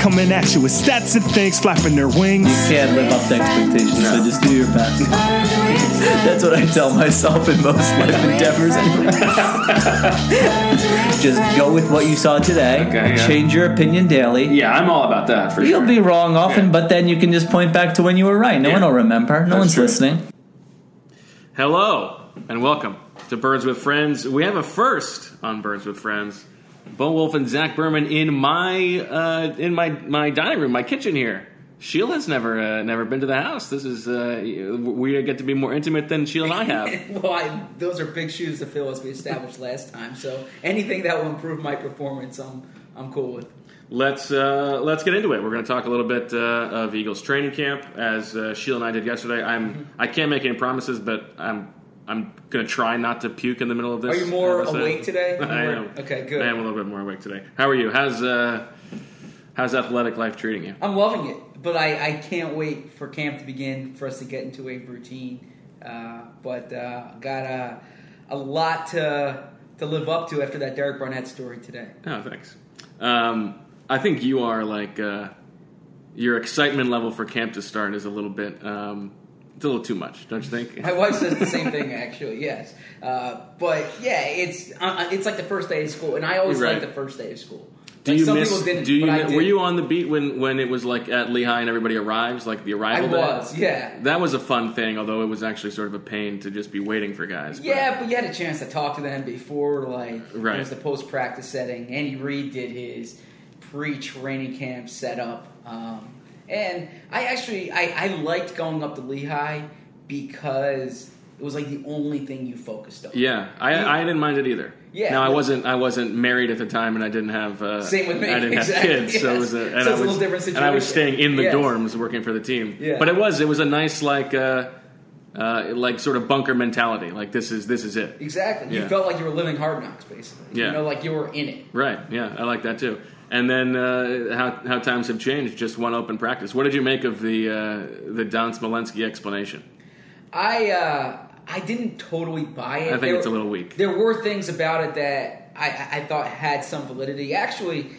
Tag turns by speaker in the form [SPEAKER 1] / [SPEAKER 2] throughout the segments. [SPEAKER 1] coming at you with stats and things flapping their wings.
[SPEAKER 2] can't live up to expectations, so just do your best.
[SPEAKER 3] Birds with friends.
[SPEAKER 2] That's what I tell myself in most life endeavors. Just go with what you saw today.
[SPEAKER 4] Okay, yeah.
[SPEAKER 2] Change your opinion daily.
[SPEAKER 4] Yeah, I'm all about that for
[SPEAKER 2] You'll
[SPEAKER 4] sure.
[SPEAKER 2] be wrong often,
[SPEAKER 4] Yeah.
[SPEAKER 2] but then you can just point back to when you were right. No
[SPEAKER 4] Yeah.
[SPEAKER 2] one will remember. No
[SPEAKER 4] That's
[SPEAKER 2] one's
[SPEAKER 4] true.
[SPEAKER 2] listening.
[SPEAKER 4] Hello and welcome to Birds with Friends. We have a first on Birds with Friends. Bo Wolf and Zach Berman in my uh, in my my dining room, my kitchen here. Sheila's never uh, never been to the house. This is uh, we get to be more intimate than Sheila and I have.
[SPEAKER 5] well, I, those are big shoes to fill, as we established last time. So anything that will improve my performance, I'm I'm cool with.
[SPEAKER 4] Let's uh, let's get into it. We're going to talk a little bit uh, of Eagles training camp, as uh, Sheila and I did yesterday. I'm I can't make any promises, but I'm I'm going to try not to puke in the middle of this.
[SPEAKER 5] Are you more
[SPEAKER 4] episode.
[SPEAKER 5] awake today?
[SPEAKER 4] I am.
[SPEAKER 5] Okay, good.
[SPEAKER 4] I am a little bit more awake today. How are you? How's uh, how's athletic life treating you?
[SPEAKER 5] I'm loving it, but I, I can't wait for camp to begin for us to get into a routine. Uh, but uh, got a a lot to to live up to after that Derek Barnett story today.
[SPEAKER 4] Oh, thanks. Um, I think you are like uh, your excitement level for camp to start is a little bit um, it's a little too much, don't you think?
[SPEAKER 5] My wife says the same thing, actually. Yes, uh, but yeah, it's uh, it's like the first day of school, and I always
[SPEAKER 4] You're
[SPEAKER 5] like
[SPEAKER 4] right.
[SPEAKER 5] the first day of school.
[SPEAKER 4] Do
[SPEAKER 5] Like,
[SPEAKER 4] you
[SPEAKER 5] some
[SPEAKER 4] miss?
[SPEAKER 5] people didn't,
[SPEAKER 4] do you
[SPEAKER 5] but I
[SPEAKER 4] mi-
[SPEAKER 5] did.
[SPEAKER 4] were you on the beat when when it was like at Lehigh and everybody arrives, like the
[SPEAKER 5] I
[SPEAKER 4] arrival? day?
[SPEAKER 5] was, yeah.
[SPEAKER 4] That was a fun thing, although it was actually sort of a pain to just be waiting for guys. but-
[SPEAKER 5] Yeah, but you had a chance to talk to them before, like
[SPEAKER 4] Right.
[SPEAKER 5] it was the post practice setting. Andy Reid did his pre training camp setup, um, and I actually I, I liked going up to Lehigh because it was like the only thing you focused on.
[SPEAKER 4] Yeah, I, I didn't mind it either.
[SPEAKER 5] Yeah.
[SPEAKER 4] Now I wasn't I wasn't married at the time, and I didn't have uh,
[SPEAKER 5] Same with me,
[SPEAKER 4] I didn't
[SPEAKER 5] exactly,
[SPEAKER 4] have kids, so it was a,
[SPEAKER 5] yes.
[SPEAKER 4] and
[SPEAKER 5] So
[SPEAKER 4] I
[SPEAKER 5] it's a
[SPEAKER 4] was,
[SPEAKER 5] little different
[SPEAKER 4] And I was
[SPEAKER 5] situation.
[SPEAKER 4] staying in the
[SPEAKER 5] Yes.
[SPEAKER 4] dorms working for the team.
[SPEAKER 5] Yeah.
[SPEAKER 4] But it was it was a nice like uh, uh, like sort of bunker mentality. Like this is this is it.
[SPEAKER 5] Exactly.
[SPEAKER 4] Yeah.
[SPEAKER 5] You felt like you were living hard knocks, basically.
[SPEAKER 4] Yeah.
[SPEAKER 5] You know, like you were in it.
[SPEAKER 4] Right. Yeah, I like that too. And then uh, how how times have changed. Just one open practice. What did you make of the uh, the Don Smolensky explanation?
[SPEAKER 5] I uh, I didn't totally buy it.
[SPEAKER 4] I think it's a little weak.
[SPEAKER 5] There were things about it that I- I, I thought had some validity. Actually,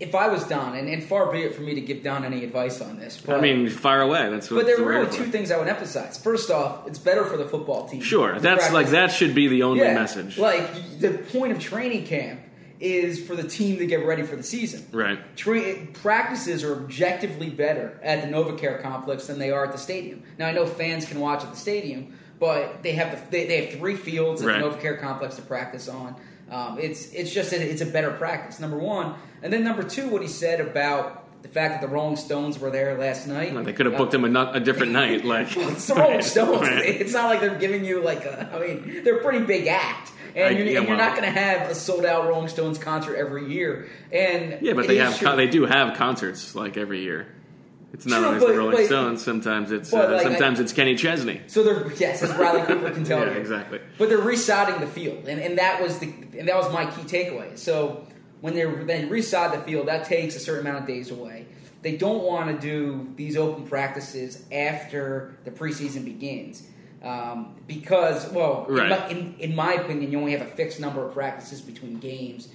[SPEAKER 5] if I was Don, and, and far be it for me to give Don any advice on this, but
[SPEAKER 4] I mean, fire away. That's what.
[SPEAKER 5] but there
[SPEAKER 4] the
[SPEAKER 5] were
[SPEAKER 4] word
[SPEAKER 5] really
[SPEAKER 4] for
[SPEAKER 5] two
[SPEAKER 4] it.
[SPEAKER 5] things I would emphasize. First off, it's better for the football team.
[SPEAKER 4] Sure,
[SPEAKER 5] to
[SPEAKER 4] that's
[SPEAKER 5] practice.
[SPEAKER 4] like that should be the only
[SPEAKER 5] Yeah,
[SPEAKER 4] message.
[SPEAKER 5] Like the point of training camp is for the team to get ready for the season.
[SPEAKER 4] Right.
[SPEAKER 5] Tra- practices are objectively better at the NovaCare complex than they are at the stadium. Now I know fans can watch at the stadium, but they have the, they, they have three fields at
[SPEAKER 4] Right.
[SPEAKER 5] the NovaCare complex to practice on. Um, it's it's just a, it's a better practice. Number one, and then number two, what he said about the fact that the Rolling Stones were there last night. Uh,
[SPEAKER 4] Like, they could have booked him a, no- a different night. Like
[SPEAKER 5] It's the Rolling Stones.
[SPEAKER 4] Right.
[SPEAKER 5] It's not like they're giving you like a. I mean, they're a pretty big act, and,
[SPEAKER 4] I-
[SPEAKER 5] you're,
[SPEAKER 4] yeah,
[SPEAKER 5] and you're
[SPEAKER 4] well-
[SPEAKER 5] not going to have a sold out Rolling Stones concert every year. And
[SPEAKER 4] Yeah, but
[SPEAKER 5] it
[SPEAKER 4] they
[SPEAKER 5] is
[SPEAKER 4] have
[SPEAKER 5] true.
[SPEAKER 4] con- they do have concerts like every year. It's not
[SPEAKER 5] Sure,
[SPEAKER 4] always the
[SPEAKER 5] but-
[SPEAKER 4] Rolling
[SPEAKER 5] but-
[SPEAKER 4] Stones. Sometimes it's
[SPEAKER 5] but,
[SPEAKER 4] uh,
[SPEAKER 5] like, I-
[SPEAKER 4] sometimes it's Kenny Chesney.
[SPEAKER 5] So they're yes, as Riley Cooper can tell
[SPEAKER 4] Yeah,
[SPEAKER 5] you
[SPEAKER 4] exactly.
[SPEAKER 5] But they're resodding the field, and, and that was the and that was my key takeaway. So when they they resod the field, that takes a certain amount of days away. They don't want to do these open practices after the preseason begins. Um, because, well, in
[SPEAKER 4] Right.
[SPEAKER 5] my- in, in, my opinion, you only have a fixed number of practices between games.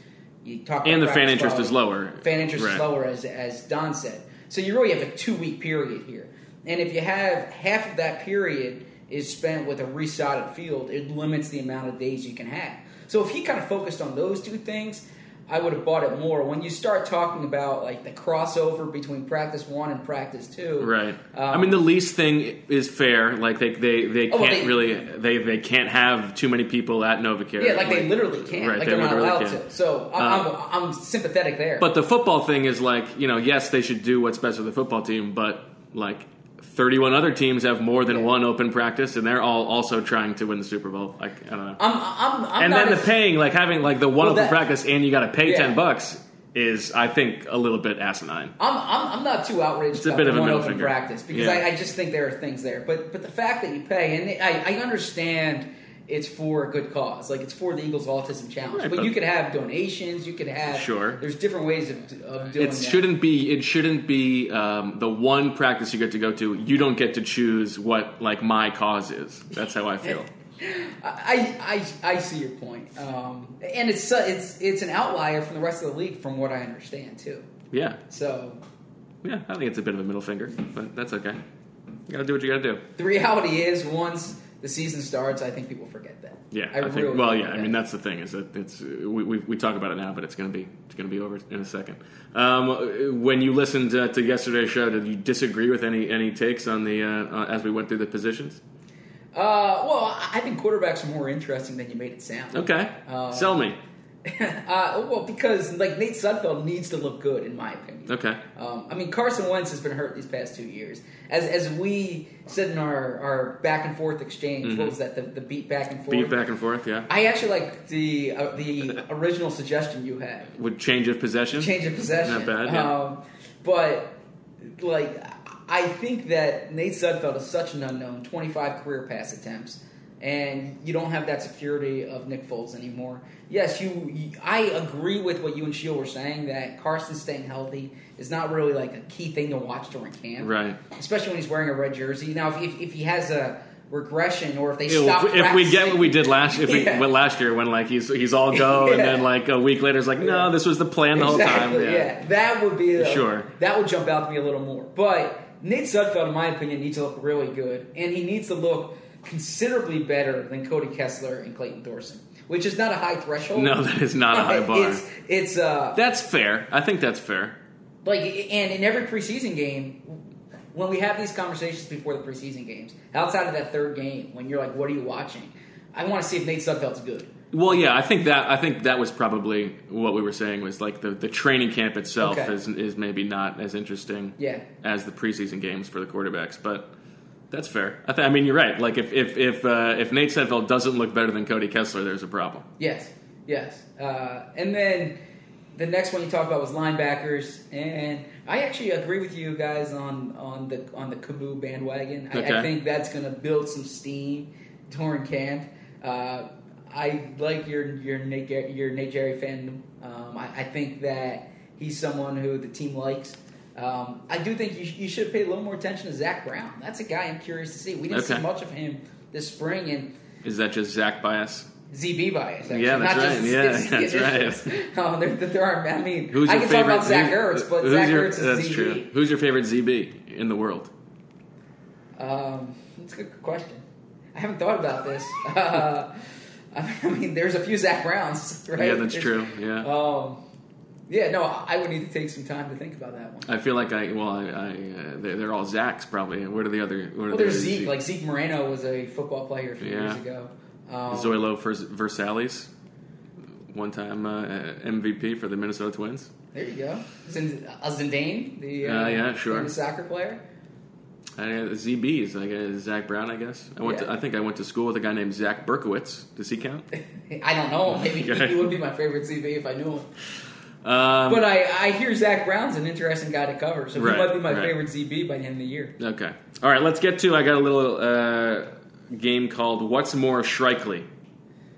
[SPEAKER 5] You talk about
[SPEAKER 4] And the fan
[SPEAKER 5] practice
[SPEAKER 4] interest is
[SPEAKER 5] quality.
[SPEAKER 4] lower.
[SPEAKER 5] Fan interest
[SPEAKER 4] Right.
[SPEAKER 5] is lower, as as Don said. So you really have a two week period here, and if you have half of that period is spent with a resodded field, it limits the amount of days you can have. So if he kind of focused on those two things, I would have bought it more. When you start talking about like the crossover between practice one and practice two,
[SPEAKER 4] Right. I
[SPEAKER 5] um,
[SPEAKER 4] mean, the least thing is fair. Like they they, they
[SPEAKER 5] Oh,
[SPEAKER 4] can't
[SPEAKER 5] well, they-
[SPEAKER 4] really they they can't have too many people at Novacare.
[SPEAKER 5] yeah, like they literally can't,
[SPEAKER 4] Right,
[SPEAKER 5] like
[SPEAKER 4] they
[SPEAKER 5] they're not
[SPEAKER 4] literally
[SPEAKER 5] allowed
[SPEAKER 4] can't.
[SPEAKER 5] to. So I- I'm, I'm sympathetic there.
[SPEAKER 4] But the football thing is like you know yes they should do what's best for the football team, but like. 31 other teams have more than
[SPEAKER 5] Yeah.
[SPEAKER 4] one open practice and they're all also trying to win the Super Bowl. Like I don't know.
[SPEAKER 5] I'm, I'm, I'm
[SPEAKER 4] and
[SPEAKER 5] not
[SPEAKER 4] then
[SPEAKER 5] as-
[SPEAKER 4] the paying, like having like the one
[SPEAKER 5] Well,
[SPEAKER 4] open
[SPEAKER 5] that-
[SPEAKER 4] practice, and you got to pay
[SPEAKER 5] Yeah.
[SPEAKER 4] ten bucks. is, I think, a little bit asinine.
[SPEAKER 5] I'm, I'm, I'm not too outraged
[SPEAKER 4] a
[SPEAKER 5] about
[SPEAKER 4] bit
[SPEAKER 5] the
[SPEAKER 4] of a
[SPEAKER 5] one
[SPEAKER 4] middle
[SPEAKER 5] open
[SPEAKER 4] finger.
[SPEAKER 5] practice because
[SPEAKER 4] Yeah.
[SPEAKER 5] I, I just think there are things there. But but the fact that you pay and I, I understand it's for a good cause, like it's for the Eagles Autism Challenge.
[SPEAKER 4] Right,
[SPEAKER 5] but,
[SPEAKER 4] but-
[SPEAKER 5] you could have donations. You could have
[SPEAKER 4] Sure.
[SPEAKER 5] There's different ways of, of doing
[SPEAKER 4] It
[SPEAKER 5] that.
[SPEAKER 4] shouldn't be. It shouldn't be um, the one practice you get to go to. You don't get to choose what like my cause is. That's how I feel.
[SPEAKER 5] I, I, I see your point, um, and it's su- it's it's an outlier from the rest of the league, from what I understand too.
[SPEAKER 4] Yeah,
[SPEAKER 5] So
[SPEAKER 4] yeah. I think it's a bit of a middle finger, but that's okay. You gotta do what you gotta do.
[SPEAKER 5] the reality is, once the season starts, I think people forget that.
[SPEAKER 4] Yeah, I, think.
[SPEAKER 5] really
[SPEAKER 4] well,
[SPEAKER 5] think
[SPEAKER 4] yeah. I
[SPEAKER 5] that.
[SPEAKER 4] mean, that's the thing is that it's we, we, we talk about it now, but it's gonna be it's gonna be over in a second. Um, when you listened to, to yesterday's show, did you disagree with any any takes on the uh, uh, as we went through the positions?
[SPEAKER 5] Uh, well, I- I think quarterbacks are more interesting than you made it sound.
[SPEAKER 4] Okay,
[SPEAKER 5] Uh,
[SPEAKER 4] sell me.
[SPEAKER 5] Uh, well, because like Nate Sudfeld needs to look good, in my opinion.
[SPEAKER 4] Okay,
[SPEAKER 5] Um, I mean, Carson Wentz has been hurt these past two years. As as we said in our, our back and forth exchange, what was that? The, the beat back and forth.
[SPEAKER 4] Mm-hmm. beat back and forth. Yeah,
[SPEAKER 5] I actually like the uh, the original suggestion you had,
[SPEAKER 4] would change of possession.
[SPEAKER 5] change of possession.
[SPEAKER 4] Not bad, yeah.
[SPEAKER 5] Um, but like, I think that Nate Sudfeld is such an unknown. Twenty five career pass attempts, and you don't have that security of Nick Foles anymore. Yes, you. you I agree with what you and Shield were saying that Carson staying healthy is not really like a key thing to watch during camp,
[SPEAKER 4] Right.
[SPEAKER 5] Especially when he's wearing a red jersey. Now, if if, if he has a regression or if they
[SPEAKER 4] Ew,
[SPEAKER 5] stop
[SPEAKER 4] if, if we get
[SPEAKER 5] practicing-
[SPEAKER 4] what we did last, if
[SPEAKER 5] Yeah.
[SPEAKER 4] we went last year when like he's he's all go, and then
[SPEAKER 5] Yeah.
[SPEAKER 4] like a week later it's like no, this was the plan the whole
[SPEAKER 5] Exactly,
[SPEAKER 4] time.
[SPEAKER 5] yeah. That would be a,
[SPEAKER 4] Sure.
[SPEAKER 5] That would jump out to me a little more. But Nate Sudfeld, in my opinion, needs to look really good, and he needs to look considerably better than Cody Kessler and Clayton Thorson, which is not a high threshold.
[SPEAKER 4] No, that is not a high bar.
[SPEAKER 5] It's it's uh
[SPEAKER 4] That's fair. I think that's fair.
[SPEAKER 5] like and in every preseason game. When we have these conversations before the preseason games, outside of that third game, when you're like, "What are you watching?" I want to see if Nate Sudfeld's good.
[SPEAKER 4] Well, yeah, I think that I think that was probably what we were saying was like the, the training camp itself
[SPEAKER 5] Okay.
[SPEAKER 4] is is maybe not as interesting
[SPEAKER 5] Yeah.
[SPEAKER 4] as the preseason games for the quarterbacks, but that's fair. I, th- I mean, you're right. Like if if if uh, if Nate Sedfeld doesn't look better than Cody Kessler, there's a problem.
[SPEAKER 5] Yes, yes. Uh, and then the next one you talked about was linebackers, and I actually agree with you guys on on the on the Kaboo bandwagon. I, I
[SPEAKER 4] Okay.
[SPEAKER 5] think that's going to build some steam during camp. Uh, I like your your Nate Ger- your Nate Jerry fandom. Um, I, I think that he's someone who the team likes. Um, I do think you, sh- you should pay a little more attention to Zach Brown. That's a guy I'm curious to see. We didn't see
[SPEAKER 4] Okay.
[SPEAKER 5] much of him this spring, and
[SPEAKER 4] Is that just Zach bias?
[SPEAKER 5] ZB bias. Actually.
[SPEAKER 4] Yeah, that's
[SPEAKER 5] Not
[SPEAKER 4] right.
[SPEAKER 5] Just,
[SPEAKER 4] Yeah,
[SPEAKER 5] it's the
[SPEAKER 4] that's
[SPEAKER 5] initials. Oh, there, there are. I mean,
[SPEAKER 4] Who's
[SPEAKER 5] I
[SPEAKER 4] your
[SPEAKER 5] can
[SPEAKER 4] favorite?
[SPEAKER 5] talk about Zach
[SPEAKER 4] who-
[SPEAKER 5] Ertz, but
[SPEAKER 4] who's
[SPEAKER 5] Zach
[SPEAKER 4] your-
[SPEAKER 5] Ertz is
[SPEAKER 4] that's
[SPEAKER 5] ZB.
[SPEAKER 4] true. Who's your favorite ZB in the world?
[SPEAKER 5] Um, that's a good question. I haven't thought about this. Uh, I mean, there's a few Zach Browns, right?
[SPEAKER 4] Yeah, that's
[SPEAKER 5] There's-
[SPEAKER 4] true. Yeah.
[SPEAKER 5] Um, yeah, no, I would need to take some time to think about that one.
[SPEAKER 4] I feel like I well I, I uh, they're, they're all Zach's probably. What are the other? What are
[SPEAKER 5] Well,
[SPEAKER 4] the
[SPEAKER 5] there's
[SPEAKER 4] other
[SPEAKER 5] Zeke. Like Zeke Moreno was a football player a few
[SPEAKER 4] Yeah.
[SPEAKER 5] years ago. Um,
[SPEAKER 4] Zoilo vers- Versalles, one time uh, MVP for the Minnesota Twins.
[SPEAKER 5] There you go. Zind- uh, Zindane, the uh,
[SPEAKER 4] Uh, yeah, sure.
[SPEAKER 5] famous soccer player.
[SPEAKER 4] I, uh, ZBs, I guess Zach Brown. I guess I went. To,
[SPEAKER 5] Yeah.
[SPEAKER 4] I think I went to school with a guy named Zach Berkowitz. Does he count?
[SPEAKER 5] I don't know. Maybe
[SPEAKER 4] Okay.
[SPEAKER 5] he would be my favorite CV if I knew him.
[SPEAKER 4] Um,
[SPEAKER 5] But I, I hear Zach Brown's an interesting guy to cover, so
[SPEAKER 4] Right,
[SPEAKER 5] he might be my
[SPEAKER 4] right.
[SPEAKER 5] favorite ZB by the end of the year.
[SPEAKER 4] okay. All right. Let's get to. I got a little uh, game called "What's More Shrikely."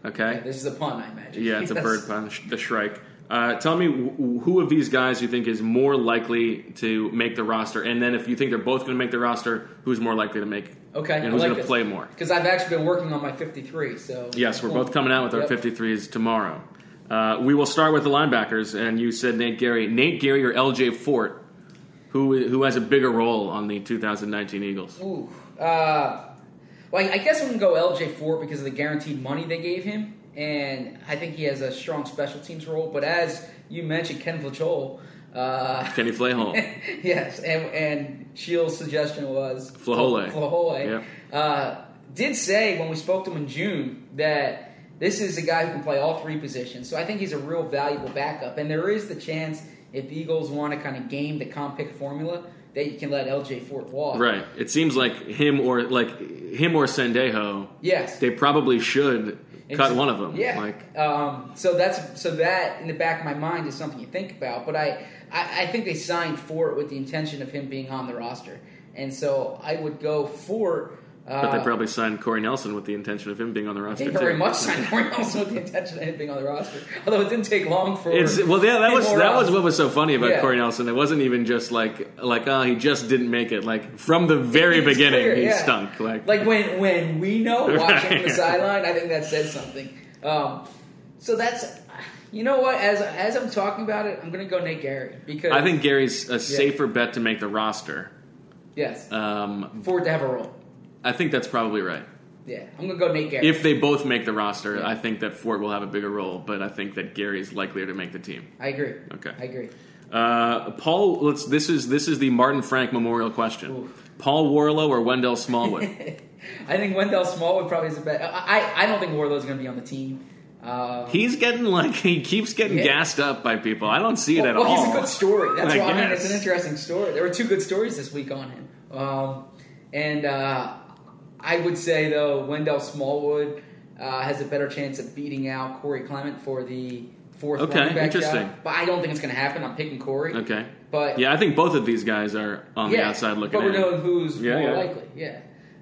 [SPEAKER 4] Okay.
[SPEAKER 5] This is a pun, I imagine.
[SPEAKER 4] Yeah, it's a
[SPEAKER 5] Yes.
[SPEAKER 4] bird pun, sh- the Shrike. Uh, tell me wh- who of these guys you think is more likely to make the roster, and then if you think they're both going to make the roster, who's more likely to make?
[SPEAKER 5] Okay,
[SPEAKER 4] and
[SPEAKER 5] I
[SPEAKER 4] who's
[SPEAKER 5] like
[SPEAKER 4] going to
[SPEAKER 5] this.
[SPEAKER 4] play more?
[SPEAKER 5] Because I've actually been working on my 53, so.
[SPEAKER 4] Yes, we're both coming out with our
[SPEAKER 5] Yep.
[SPEAKER 4] 53s tomorrow. Uh, we will start with the linebackers, and you said Nate Gary, Nate Gary or L.J. Fort, who who has a bigger role on the 2019 Eagles?
[SPEAKER 5] Ooh. Uh, well, I guess I'm going to go LJ4 because of the guaranteed money they gave him, and I think he has a strong special teams role, but as you mentioned, Ken Flachol. Uh,
[SPEAKER 4] Kenny Flahol.
[SPEAKER 5] yes, and, and Shields' suggestion was
[SPEAKER 4] Flahole.
[SPEAKER 5] Flahole,
[SPEAKER 4] Yep.
[SPEAKER 5] uh, did say when we spoke to him in June that this is a guy who can play all three positions. So I think he's a real valuable backup, and there is the chance if the Eagles want to kind of game the comp pick formula that you can let LJ Fort walk.
[SPEAKER 4] right. It seems like him or like him or Sendejo.
[SPEAKER 5] Yes.
[SPEAKER 4] They probably should
[SPEAKER 5] And
[SPEAKER 4] cut
[SPEAKER 5] so-
[SPEAKER 4] one of them.
[SPEAKER 5] Yeah.
[SPEAKER 4] Like,
[SPEAKER 5] um, so that's so that in the back of my mind is something you think about. But I, I, I think they signed Fort with the intention of him being on the roster, and so I would go Fort. Uh,
[SPEAKER 4] but they probably signed Corey Nelson with the intention of him being on the roster.
[SPEAKER 5] they
[SPEAKER 4] too.
[SPEAKER 5] very much signed Corey Nelson with the intention of him being on the roster. Although it didn't take long for
[SPEAKER 4] It's well, yeah, that
[SPEAKER 5] him
[SPEAKER 4] was
[SPEAKER 5] or
[SPEAKER 4] that
[SPEAKER 5] us.
[SPEAKER 4] was what was so funny about
[SPEAKER 5] um, Yeah.
[SPEAKER 4] Corey Nelson. It wasn't even just like like oh he just didn't make it. Like from the very
[SPEAKER 5] It's
[SPEAKER 4] beginning,
[SPEAKER 5] clear,
[SPEAKER 4] he
[SPEAKER 5] yeah.
[SPEAKER 4] stunk. Like,
[SPEAKER 5] like when when we know watching from the
[SPEAKER 4] Right.
[SPEAKER 5] sideline, I think that says something. Um, so that's you know what as as I'm talking about it, I'm gonna go Nate Gary because
[SPEAKER 4] I think Gary's a safer bet to make the roster.
[SPEAKER 5] yes,
[SPEAKER 4] Um,
[SPEAKER 5] Ford to have a role.
[SPEAKER 4] I think that's probably right.
[SPEAKER 5] Yeah, I'm gonna go Nate Gary.
[SPEAKER 4] If they both make the roster,
[SPEAKER 5] Yeah.
[SPEAKER 4] I think that Fort will have a bigger role, but I think that Gary's likelier to make the team.
[SPEAKER 5] I agree.
[SPEAKER 4] Okay.
[SPEAKER 5] I agree.
[SPEAKER 4] Uh, Paul, let's, this is this is the Martin Frank Memorial question.
[SPEAKER 5] Ooh.
[SPEAKER 4] Paul Warlow or Wendell Smallwood?
[SPEAKER 5] I think Wendell Smallwood probably is a bet. I I, I don't think Warlow's gonna be on the team. Um,
[SPEAKER 4] he's getting like he keeps getting
[SPEAKER 5] Yeah.
[SPEAKER 4] gassed up by people. I don't see it at
[SPEAKER 5] well,
[SPEAKER 4] all.
[SPEAKER 5] he's a good story. That's
[SPEAKER 4] I
[SPEAKER 5] why I mean it's
[SPEAKER 4] guess.
[SPEAKER 5] an interesting story. There were two good stories this week on him, um, and uh, I would say though Wendell Smallwood uh, has a better chance of beating out Corey Clement for the fourth
[SPEAKER 4] Okay,
[SPEAKER 5] running back
[SPEAKER 4] interesting.
[SPEAKER 5] job. But I don't think it's going to happen. I'm picking Corey.
[SPEAKER 4] Okay.
[SPEAKER 5] but
[SPEAKER 4] Yeah, I think both of these guys are on the outside looking
[SPEAKER 5] But we're
[SPEAKER 4] in.
[SPEAKER 5] knowing who's
[SPEAKER 4] Yeah,
[SPEAKER 5] more
[SPEAKER 4] yeah.
[SPEAKER 5] likely. Yeah.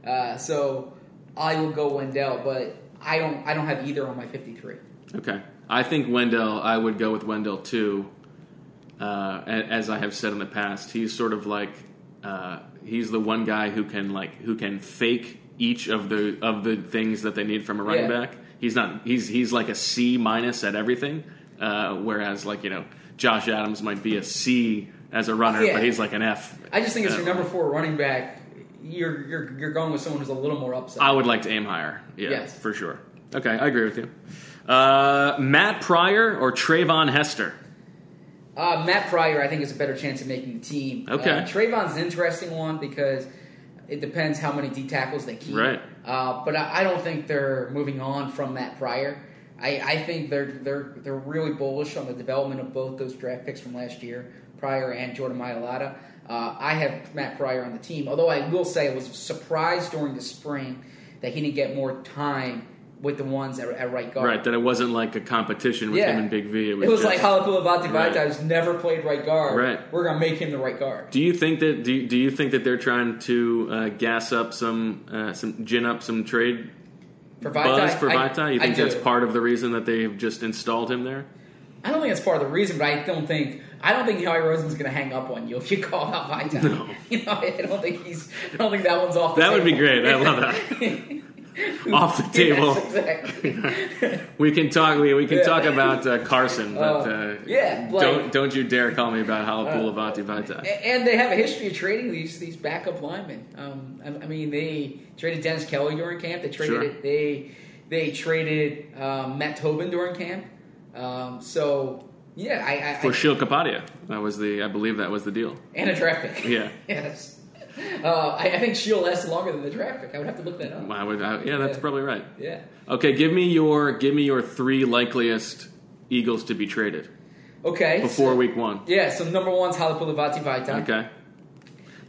[SPEAKER 5] Uh, so I will go Wendell, but I don't. I don't have either on my fifty-three.
[SPEAKER 4] Okay. I think Wendell, I would go with Wendell too. Uh, a- as I have said in the past, he's sort of like uh, he's the one guy who can like who can fake each of the of the things that they need from a running
[SPEAKER 5] Yeah.
[SPEAKER 4] back. He's not he's he's like a C minus at everything, uh, whereas like you know Josh Adams might be a C as a runner,
[SPEAKER 5] Yeah.
[SPEAKER 4] but he's like an F.
[SPEAKER 5] I just think it's
[SPEAKER 4] Uh,
[SPEAKER 5] your number four running back. You're you're you're going with someone who's a little more upside.
[SPEAKER 4] I would like to aim higher. Yeah,
[SPEAKER 5] Yes.
[SPEAKER 4] for sure. Okay, I agree with you. Uh, Matt Pryor or Trayvon Hester?
[SPEAKER 5] Uh, Matt Pryor, I think, is a better chance of making the team.
[SPEAKER 4] Okay.
[SPEAKER 5] Uh, Trayvon's an interesting one because it depends how many D tackles they keep.
[SPEAKER 4] Right.
[SPEAKER 5] Uh, but I, I don't think they're moving on from Matt Pryor. I, I think they're they're they're really bullish on the development of both those draft picks from last year, Pryor and Jordan Mailata. Uh, I have Matt Pryor on the team, although I will say I was surprised during the spring that he didn't get more time with the ones at, at right guard.
[SPEAKER 4] Right, that it wasn't like a competition with him and Big V. It was, just,
[SPEAKER 5] like Halapula Vati
[SPEAKER 4] Right.
[SPEAKER 5] who's never played right guard.
[SPEAKER 4] Right.
[SPEAKER 5] We're gonna make him the right guard.
[SPEAKER 4] Do you think that do you, do you think that they're trying to uh, gas up some uh, some gin up some trade
[SPEAKER 5] For
[SPEAKER 4] buzz
[SPEAKER 5] Vaitai,
[SPEAKER 4] for
[SPEAKER 5] I-
[SPEAKER 4] Vita? You
[SPEAKER 5] I
[SPEAKER 4] think
[SPEAKER 5] do.
[SPEAKER 4] that's part of the reason that they've just installed him there?
[SPEAKER 5] I don't think that's part of the reason, but I don't think I don't think Howie Rosen's gonna hang up on you if you call out Vaitai.
[SPEAKER 4] No.
[SPEAKER 5] You know, I don't think he's I don't think that one's off the
[SPEAKER 4] That would be
[SPEAKER 5] table.
[SPEAKER 4] great. I love that. Off the table.
[SPEAKER 5] Yes, exactly.
[SPEAKER 4] We can talk. We, we can
[SPEAKER 5] Yeah.
[SPEAKER 4] talk about uh, Carson, but uh,
[SPEAKER 5] Oh, yeah, like- Uh,
[SPEAKER 4] don't don't you dare call me about Halapula Vati
[SPEAKER 5] A-
[SPEAKER 4] Vita.
[SPEAKER 5] and they have a history of trading these these backup linemen. Um, I, I mean, they traded Dennis Kelly during camp. They traded
[SPEAKER 4] Sure.
[SPEAKER 5] it, they they traded um, Matt Tobin during camp. Um, so yeah, I, I
[SPEAKER 4] For
[SPEAKER 5] I,
[SPEAKER 4] Shil Kapadia, that was the I believe that was the deal.
[SPEAKER 5] and a draft pick.
[SPEAKER 4] Yeah.
[SPEAKER 5] yes. Uh, I, I think she'll last longer than the draft pick. I would have to look that up.
[SPEAKER 4] I would, I, yeah, that's
[SPEAKER 5] Yeah.
[SPEAKER 4] probably right.
[SPEAKER 5] Yeah.
[SPEAKER 4] Okay, give me your give me your three likeliest Eagles to be traded
[SPEAKER 5] Okay.
[SPEAKER 4] before
[SPEAKER 5] so-
[SPEAKER 4] week one.
[SPEAKER 5] Yeah. So number one's Halapulavati Vaitai.
[SPEAKER 4] Okay.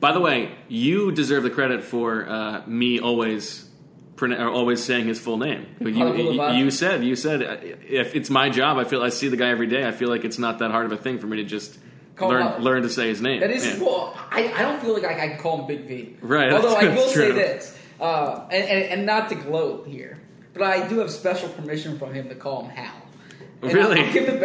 [SPEAKER 4] By the way, you deserve the credit for uh, me always pron- or always saying his full name. You, you,
[SPEAKER 5] Halapulavati.
[SPEAKER 4] you said you said uh, if it's my job, I feel I see the guy every day. I feel like it's not that hard of a thing for me to just
[SPEAKER 5] Call
[SPEAKER 4] learn
[SPEAKER 5] out.
[SPEAKER 4] learn to say his name.
[SPEAKER 5] That is
[SPEAKER 4] Yeah.
[SPEAKER 5] well, I, I don't feel like I, I can call him Big V.
[SPEAKER 4] Right,
[SPEAKER 5] Although I
[SPEAKER 4] that's-
[SPEAKER 5] will
[SPEAKER 4] that's
[SPEAKER 5] say
[SPEAKER 4] true.
[SPEAKER 5] this, uh, and, and, and not to gloat here, but I do have special permission from him to call him Hal. And
[SPEAKER 4] Really?
[SPEAKER 5] I'll, I'll give the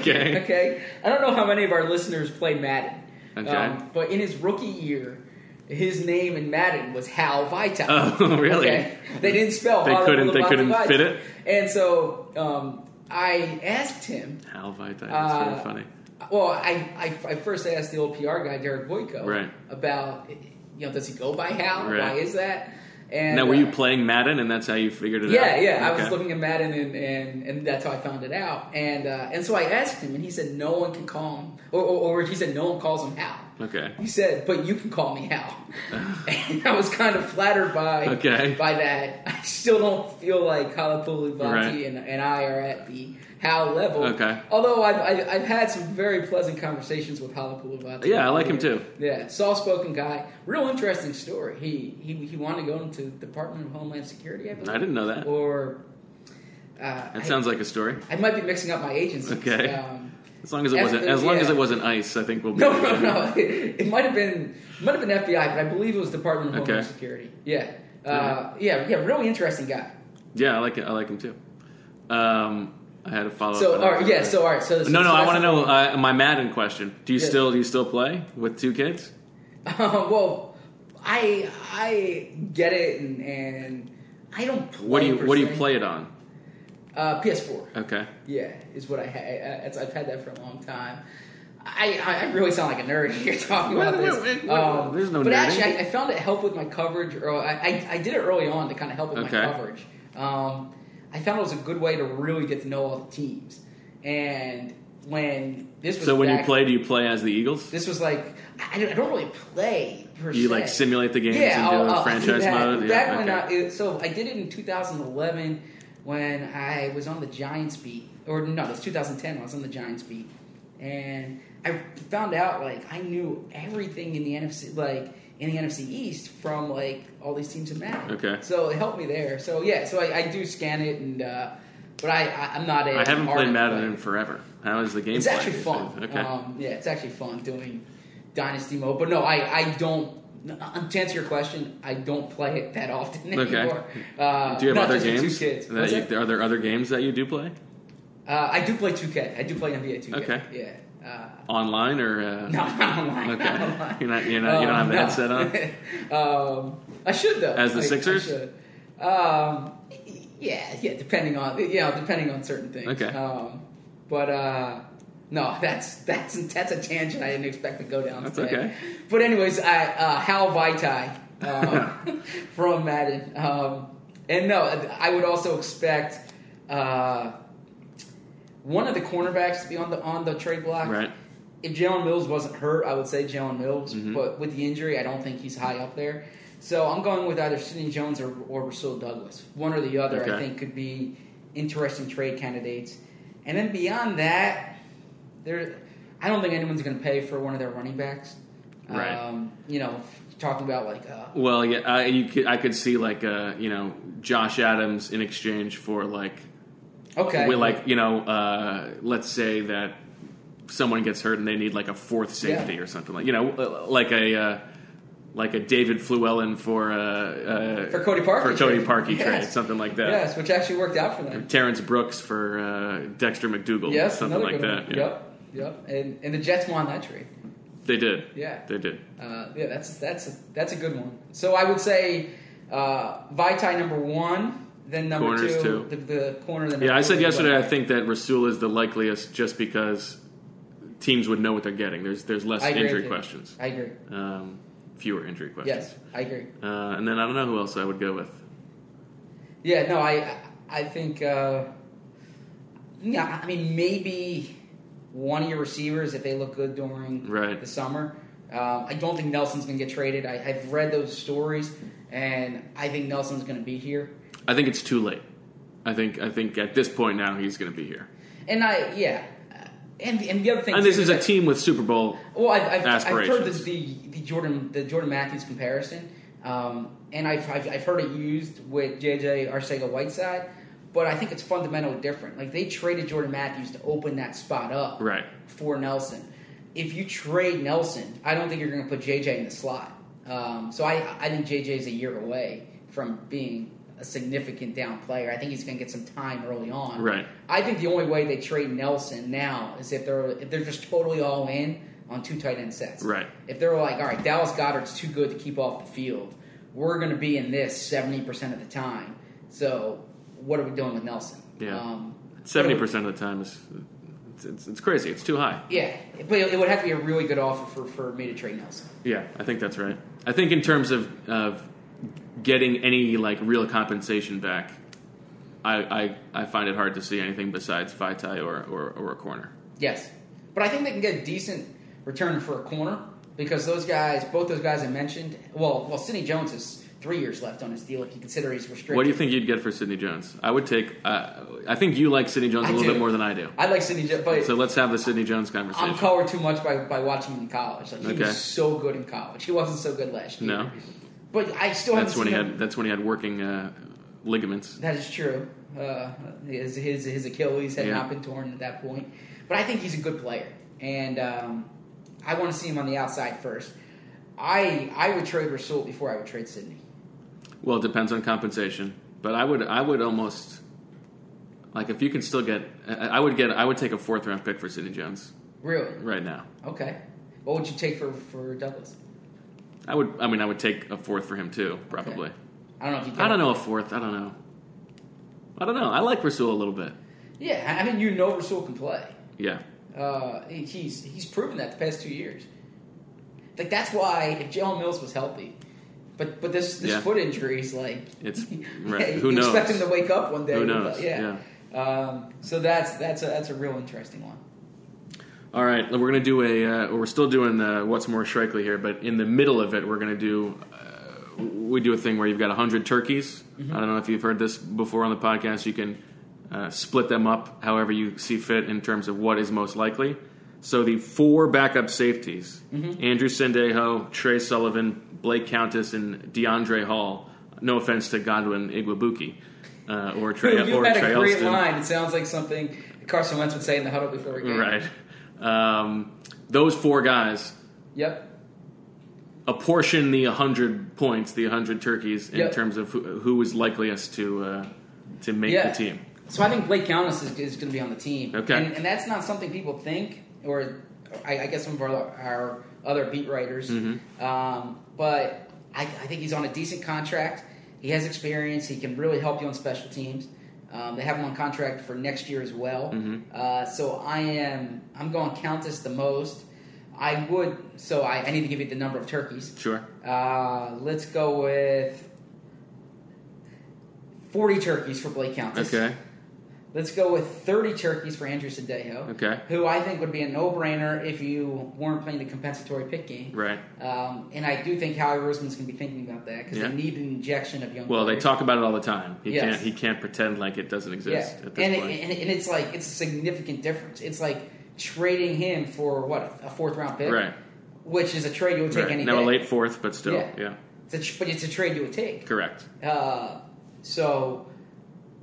[SPEAKER 4] Okay.
[SPEAKER 5] Okay. I don't know how many of our listeners play Madden. um,
[SPEAKER 4] Okay.
[SPEAKER 5] but in his rookie year, his name in Madden was Hal Vita.
[SPEAKER 4] Oh, really?
[SPEAKER 5] Okay? They didn't spell.
[SPEAKER 4] They
[SPEAKER 5] Hal
[SPEAKER 4] couldn't- they
[SPEAKER 5] Vita
[SPEAKER 4] couldn't
[SPEAKER 5] Vita.
[SPEAKER 4] fit it?
[SPEAKER 5] And so um, I asked him
[SPEAKER 4] Hal Vitae. That's
[SPEAKER 5] Uh,
[SPEAKER 4] very funny.
[SPEAKER 5] well, I, I, I first asked the old PR guy Derek Boyko
[SPEAKER 4] Right.
[SPEAKER 5] about you know does he go by Hal? Why
[SPEAKER 4] Right.
[SPEAKER 5] is that? And
[SPEAKER 4] Now, were you
[SPEAKER 5] uh,
[SPEAKER 4] playing Madden, and that's how you figured it
[SPEAKER 5] yeah,
[SPEAKER 4] out?
[SPEAKER 5] yeah. I was
[SPEAKER 4] Okay.
[SPEAKER 5] looking at Madden, and, and, and that's how I found it out. And uh, and so I asked him, and he said no one can call him, or, or, or he said no one calls him Hal.
[SPEAKER 4] Okay.
[SPEAKER 5] He said, but you can call me Hal. and I was kind of flattered by
[SPEAKER 4] Okay.
[SPEAKER 5] by that. I still don't feel like Kalapuli
[SPEAKER 4] Right.
[SPEAKER 5] and, and I are at the Hal level.
[SPEAKER 4] Okay.
[SPEAKER 5] Although I've, I've, I've had some very pleasant conversations with Kalapuli
[SPEAKER 4] Yeah, I like him too.
[SPEAKER 5] Yeah, soft spoken guy. Real interesting story. He, he he wanted to go into the Department of Homeland Security, I believe.
[SPEAKER 4] I didn't know that.
[SPEAKER 5] Or Uh,
[SPEAKER 4] That
[SPEAKER 5] I-
[SPEAKER 4] sounds like a story.
[SPEAKER 5] I might be mixing up my agencies.
[SPEAKER 4] Okay.
[SPEAKER 5] Um,
[SPEAKER 4] As long as it
[SPEAKER 5] As
[SPEAKER 4] wasn't,
[SPEAKER 5] the-
[SPEAKER 4] as long as
[SPEAKER 5] yeah.
[SPEAKER 4] it wasn't ice, I think we'll be.
[SPEAKER 5] no, no, no. It, might have been it might have been FBI, but I believe it was Department of Homeland
[SPEAKER 4] Okay.
[SPEAKER 5] Security. Yeah. Uh, yeah, yeah, really interesting guy.
[SPEAKER 4] Yeah, I like it. I like him too. Um, I had a follow.
[SPEAKER 5] So, all right, yeah, so all right, so, so
[SPEAKER 4] no, no,
[SPEAKER 5] so
[SPEAKER 4] I
[SPEAKER 5] that's
[SPEAKER 4] want to
[SPEAKER 5] the-
[SPEAKER 4] know uh, my Madden question. Do you
[SPEAKER 5] Yeah.
[SPEAKER 4] still do you still play with two kids?
[SPEAKER 5] Uh, well, I I get it, and, and I don't. Play
[SPEAKER 4] What do you
[SPEAKER 5] per
[SPEAKER 4] What do you
[SPEAKER 5] se.
[SPEAKER 4] play it on?
[SPEAKER 5] Uh, PS4.
[SPEAKER 4] Okay,
[SPEAKER 5] Yeah, is what I had. It's, I've had that for a long time. I, I I really sound like a nerd here talking
[SPEAKER 4] Well,
[SPEAKER 5] about
[SPEAKER 4] well,
[SPEAKER 5] this.
[SPEAKER 4] it-
[SPEAKER 5] Um,
[SPEAKER 4] well, there's no
[SPEAKER 5] But
[SPEAKER 4] nerding.
[SPEAKER 5] actually, I, I found it helped with my coverage. Or I, I, I did it early on to kind of help with
[SPEAKER 4] Okay.
[SPEAKER 5] my coverage. Um, I found it was a good way to really get to know all the teams. And when this was
[SPEAKER 4] so when you
[SPEAKER 5] back-
[SPEAKER 4] play, do you play as the Eagles?
[SPEAKER 5] this was like I, I don't- I don't really play per
[SPEAKER 4] You
[SPEAKER 5] se.
[SPEAKER 4] like simulate the games
[SPEAKER 5] Yeah,
[SPEAKER 4] and do
[SPEAKER 5] I'll-
[SPEAKER 4] a
[SPEAKER 5] I'll do
[SPEAKER 4] franchise
[SPEAKER 5] that.
[SPEAKER 4] mode.
[SPEAKER 5] Back
[SPEAKER 4] Yeah,
[SPEAKER 5] when
[SPEAKER 4] okay.
[SPEAKER 5] I, it- so I did it in 2011 when I was on the Giants beat, or no, it was 2010 when I was on the Giants beat, and I found out like I knew everything in the NFC, like in the NFC East from like all these teams in Madden.
[SPEAKER 4] Okay.
[SPEAKER 5] so it helped me there. So yeah, so I, I do scan it and. uh but I, I, I'm not a.
[SPEAKER 4] I haven't played
[SPEAKER 5] ardent
[SPEAKER 4] Madden
[SPEAKER 5] player.
[SPEAKER 4] in forever. How is the game?
[SPEAKER 5] It's
[SPEAKER 4] play?
[SPEAKER 5] actually fun.
[SPEAKER 4] Okay.
[SPEAKER 5] Um, yeah, it's actually fun doing Dynasty mode. But no, I, I don't. n- To answer your question, I don't play it that often
[SPEAKER 4] Okay.
[SPEAKER 5] anymore. Uh,
[SPEAKER 4] do you have
[SPEAKER 5] not
[SPEAKER 4] other
[SPEAKER 5] just with
[SPEAKER 4] games?
[SPEAKER 5] Two kids.
[SPEAKER 4] That
[SPEAKER 5] What's
[SPEAKER 4] you,
[SPEAKER 5] that?
[SPEAKER 4] Are there other games that you do play
[SPEAKER 5] Uh, I do play 2K. I do play NBA 2K.
[SPEAKER 4] Okay.
[SPEAKER 5] Yeah. Uh,
[SPEAKER 4] online or? Uh,
[SPEAKER 5] no, not online.
[SPEAKER 4] Okay.
[SPEAKER 5] Not online.
[SPEAKER 4] You're not- you're not- you don't have the
[SPEAKER 5] headset on. Uh, um, I should though.
[SPEAKER 4] As the
[SPEAKER 5] I- I
[SPEAKER 4] Sixers?
[SPEAKER 5] should. Um, yeah, yeah. Depending on yeah, depending on certain things.
[SPEAKER 4] Okay.
[SPEAKER 5] Um, but uh, no, that's that's that's a tangent I didn't expect to go down.
[SPEAKER 4] That's
[SPEAKER 5] today.
[SPEAKER 4] okay.
[SPEAKER 5] But anyways, I uh, Hal Vaitai um, from Madden, um, and no, I would also expect. Uh, one of the cornerbacks to be on the on the trade block,
[SPEAKER 4] Right.
[SPEAKER 5] if Jalen Mills wasn't hurt, I would say Jalen Mills.
[SPEAKER 4] Mm-hmm.
[SPEAKER 5] But with the injury, I don't think he's high up there. So I'm going with either Sidney Jones or, or Russell Douglas. One or the other,
[SPEAKER 4] Okay.
[SPEAKER 5] I think, could be interesting trade candidates. And then beyond that, there, I don't think anyone's going to pay for one of their running backs.
[SPEAKER 4] Right.
[SPEAKER 5] Um, you know, talking about like uh,
[SPEAKER 4] Well, yeah, I, you could, I could see like uh, you know Josh Adams in exchange for like
[SPEAKER 5] okay,
[SPEAKER 4] we like you know uh, let's say that someone gets hurt and they need like a fourth safety
[SPEAKER 5] Yeah.
[SPEAKER 4] or something like you know uh, like a uh, like a David Fluellen for uh, uh,
[SPEAKER 5] For Cody Parkey
[SPEAKER 4] for Cody
[SPEAKER 5] trade.
[SPEAKER 4] Parkey
[SPEAKER 5] Yes.
[SPEAKER 4] trade something like that.
[SPEAKER 5] yes, which actually worked out for them.
[SPEAKER 4] Terrence Brooks for uh, Dexter McDougal.
[SPEAKER 5] Yes,
[SPEAKER 4] something
[SPEAKER 5] another
[SPEAKER 4] like
[SPEAKER 5] good
[SPEAKER 4] that.
[SPEAKER 5] One.
[SPEAKER 4] yeah.
[SPEAKER 5] Yep, yep. And and the Jets won that trade.
[SPEAKER 4] They did.
[SPEAKER 5] Yeah.
[SPEAKER 4] They did.
[SPEAKER 5] Uh, yeah, that's that's a, that's a good one. So I would say uh, Vitae number one, then number
[SPEAKER 4] Corners
[SPEAKER 5] two,
[SPEAKER 4] two.
[SPEAKER 5] The, the corner. Then
[SPEAKER 4] Yeah,
[SPEAKER 5] number
[SPEAKER 4] I said
[SPEAKER 5] three,
[SPEAKER 4] yesterday I
[SPEAKER 5] but-
[SPEAKER 4] think that Rasul is the likeliest just because teams would know what they're getting. There's there's less
[SPEAKER 5] I agree with
[SPEAKER 4] injury
[SPEAKER 5] you.
[SPEAKER 4] questions.
[SPEAKER 5] I agree.
[SPEAKER 4] Um, fewer injury questions.
[SPEAKER 5] Yes, I agree.
[SPEAKER 4] Uh, and then I don't know who else I would go with.
[SPEAKER 5] Yeah, no, I I think uh, yeah, I mean maybe one of your receivers if they look good during
[SPEAKER 4] Right.
[SPEAKER 5] the summer. Um, I don't think Nelson's going to get traded. I, I've read those stories, and I think Nelson's going to be here.
[SPEAKER 4] I think it's too late. I think I think at this point now he's going to be here.
[SPEAKER 5] And I yeah, and and the other thing
[SPEAKER 4] And this
[SPEAKER 5] too
[SPEAKER 4] is a
[SPEAKER 5] that-
[SPEAKER 4] team with Super Bowl.
[SPEAKER 5] Well, I've, I've, I've heard
[SPEAKER 4] Aspirations.
[SPEAKER 5] this, the the Jordan the Jordan Matthews comparison, um, and I've, I've I've heard it used with JJ Arcega Whiteside, but I think it's fundamentally different. Like they traded Jordan Matthews to open that spot up
[SPEAKER 4] Right.
[SPEAKER 5] for Nelson. If you trade Nelson, I don't think you're going to put JJ in the slot. Um, so I I think JJ is a year away from being a significant down player. I think he's going to get some time early on.
[SPEAKER 4] Right.
[SPEAKER 5] I think the only way they trade Nelson now is if they're if they're just totally all in on two tight end sets.
[SPEAKER 4] Right.
[SPEAKER 5] If they're like, all right, Dallas Goddard's too good to keep off the field. We're going to be in this seventy percent of the time. So what are we doing with Nelson?
[SPEAKER 4] Yeah.
[SPEAKER 5] Um,
[SPEAKER 4] Seventy percent of the time is it's, it's, it's crazy. It's too high.
[SPEAKER 5] Yeah, but it would have to be a really good offer for, for me to trade Nelson.
[SPEAKER 4] Yeah, I think that's right. I think in terms of of getting any like real compensation back, I I, I find it hard to see anything besides Vitae or, or or a corner.
[SPEAKER 5] Yes, but I think they can get a decent return for a corner because those guys, both those guys I mentioned, well, well, Sidney Jones is three years left on his deal if you consider he's restricted.
[SPEAKER 4] What do you think you'd get for Sidney Jones? I would take. Uh, I think you like Sidney Jones a
[SPEAKER 5] I
[SPEAKER 4] little
[SPEAKER 5] do.
[SPEAKER 4] bit more than I do.
[SPEAKER 5] I like Sidney, Jo- but
[SPEAKER 4] So let's have the Sidney Jones conversation.
[SPEAKER 5] I'm covered too much by, by watching him in college. Like he
[SPEAKER 4] Okay.
[SPEAKER 5] was so good in college. He wasn't so good last year.
[SPEAKER 4] No.
[SPEAKER 5] but I still
[SPEAKER 4] that's
[SPEAKER 5] haven't
[SPEAKER 4] when he
[SPEAKER 5] seen him.
[SPEAKER 4] had. That's when he had working. Uh, ligaments.
[SPEAKER 5] That is true. Uh, his, his his Achilles had
[SPEAKER 4] Yeah.
[SPEAKER 5] not been torn at that point, but I think he's a good player, and um, I want to see him on the outside first. I I would trade Rasul before I would trade Sydney.
[SPEAKER 4] Well, it depends on compensation, but I would I would almost like if you can still get I- I would get I would take a fourth round pick for Sidney Jones
[SPEAKER 5] Really?
[SPEAKER 4] right now.
[SPEAKER 5] Okay. What would you take for for Douglas?
[SPEAKER 4] I would I mean I would take a fourth for him too probably.
[SPEAKER 5] I don't know if you. Can.
[SPEAKER 4] I don't know a fourth. I don't know. I don't know. I like Rasul a little bit.
[SPEAKER 5] Yeah, I I mean you know Rasul can play.
[SPEAKER 4] Yeah.
[SPEAKER 5] Uh, he- he's he's proven that the past two years. Like that's why if Jalen Mills was healthy, but but this this
[SPEAKER 4] Yeah.
[SPEAKER 5] foot injury is like
[SPEAKER 4] It's-
[SPEAKER 5] yeah,
[SPEAKER 4] right.
[SPEAKER 5] you
[SPEAKER 4] Who knows?
[SPEAKER 5] Expect him to wake up one day.
[SPEAKER 4] Who
[SPEAKER 5] but
[SPEAKER 4] knows?
[SPEAKER 5] Yeah. Um, so that's that's a that's a real interesting one.
[SPEAKER 4] All right, we're gonna do a. Uh, we're still doing uh, what's more Shrekly here, but in the middle of it, we're gonna do. Uh, we do a thing where you've got hundred turkeys.
[SPEAKER 5] Mm-hmm.
[SPEAKER 4] I don't know if you've heard this before on the podcast. You can uh, split them up however you see fit in terms of what is most likely. So the four backup safeties:
[SPEAKER 5] Mm-hmm.
[SPEAKER 4] Andrew Sendejo, Trey Sullivan, Blake Countess, and DeAndre Hall. No offense to Godwin Igwabuki uh, or Trey
[SPEAKER 5] you
[SPEAKER 4] or
[SPEAKER 5] had
[SPEAKER 4] Trey
[SPEAKER 5] a great
[SPEAKER 4] Elston.
[SPEAKER 5] line. It sounds like something Carson Wentz would say in the huddle before a game.
[SPEAKER 4] Right. Um, those four guys
[SPEAKER 5] Yep.
[SPEAKER 4] apportion the 100 points, the 100 turkeys, in
[SPEAKER 5] Yep.
[SPEAKER 4] terms of who, who is likeliest to uh, to make
[SPEAKER 5] Yeah.
[SPEAKER 4] the team.
[SPEAKER 5] So I think Blake Countess is, is going to be on the team.
[SPEAKER 4] Okay.
[SPEAKER 5] And, and that's not something people think, or I, I guess some of our, our other beat writers.
[SPEAKER 4] Mm-hmm.
[SPEAKER 5] Um, but I, I think he's on a decent contract. He has experience. He can really help you on special teams. Um, they have him on contract for next year as well.
[SPEAKER 4] Mm-hmm.
[SPEAKER 5] Uh, so I am I'm going Countess the most. I would so I, I need to give you the number of turkeys.
[SPEAKER 4] Sure.
[SPEAKER 5] Uh, let's go with forty turkeys for Blake Countess.
[SPEAKER 4] Okay.
[SPEAKER 5] Let's go with 30 turkeys for Andrew Sadejo.
[SPEAKER 4] Okay.
[SPEAKER 5] Who I think would be a no brainer if you weren't playing the compensatory pick game.
[SPEAKER 4] Right.
[SPEAKER 5] Um, and I do think Howie Roseman's going to be thinking about that because
[SPEAKER 4] Yeah.
[SPEAKER 5] they need an injection of young
[SPEAKER 4] Well, they
[SPEAKER 5] players.
[SPEAKER 4] talk about it all the time. He
[SPEAKER 5] Yes.
[SPEAKER 4] can't. He can't pretend like it doesn't
[SPEAKER 5] Yeah.
[SPEAKER 4] exist at this
[SPEAKER 5] And, it,
[SPEAKER 4] point.
[SPEAKER 5] and, and it's like, it's a significant difference. It's like trading him for, what, a fourth round pick?
[SPEAKER 4] Right.
[SPEAKER 5] Which is a trade you would take
[SPEAKER 4] Right.
[SPEAKER 5] any
[SPEAKER 4] Now
[SPEAKER 5] day.
[SPEAKER 4] a late fourth, but still,
[SPEAKER 5] Yeah.
[SPEAKER 4] yeah.
[SPEAKER 5] It's a tr- but it's a trade you would take.
[SPEAKER 4] Correct.
[SPEAKER 5] Uh, so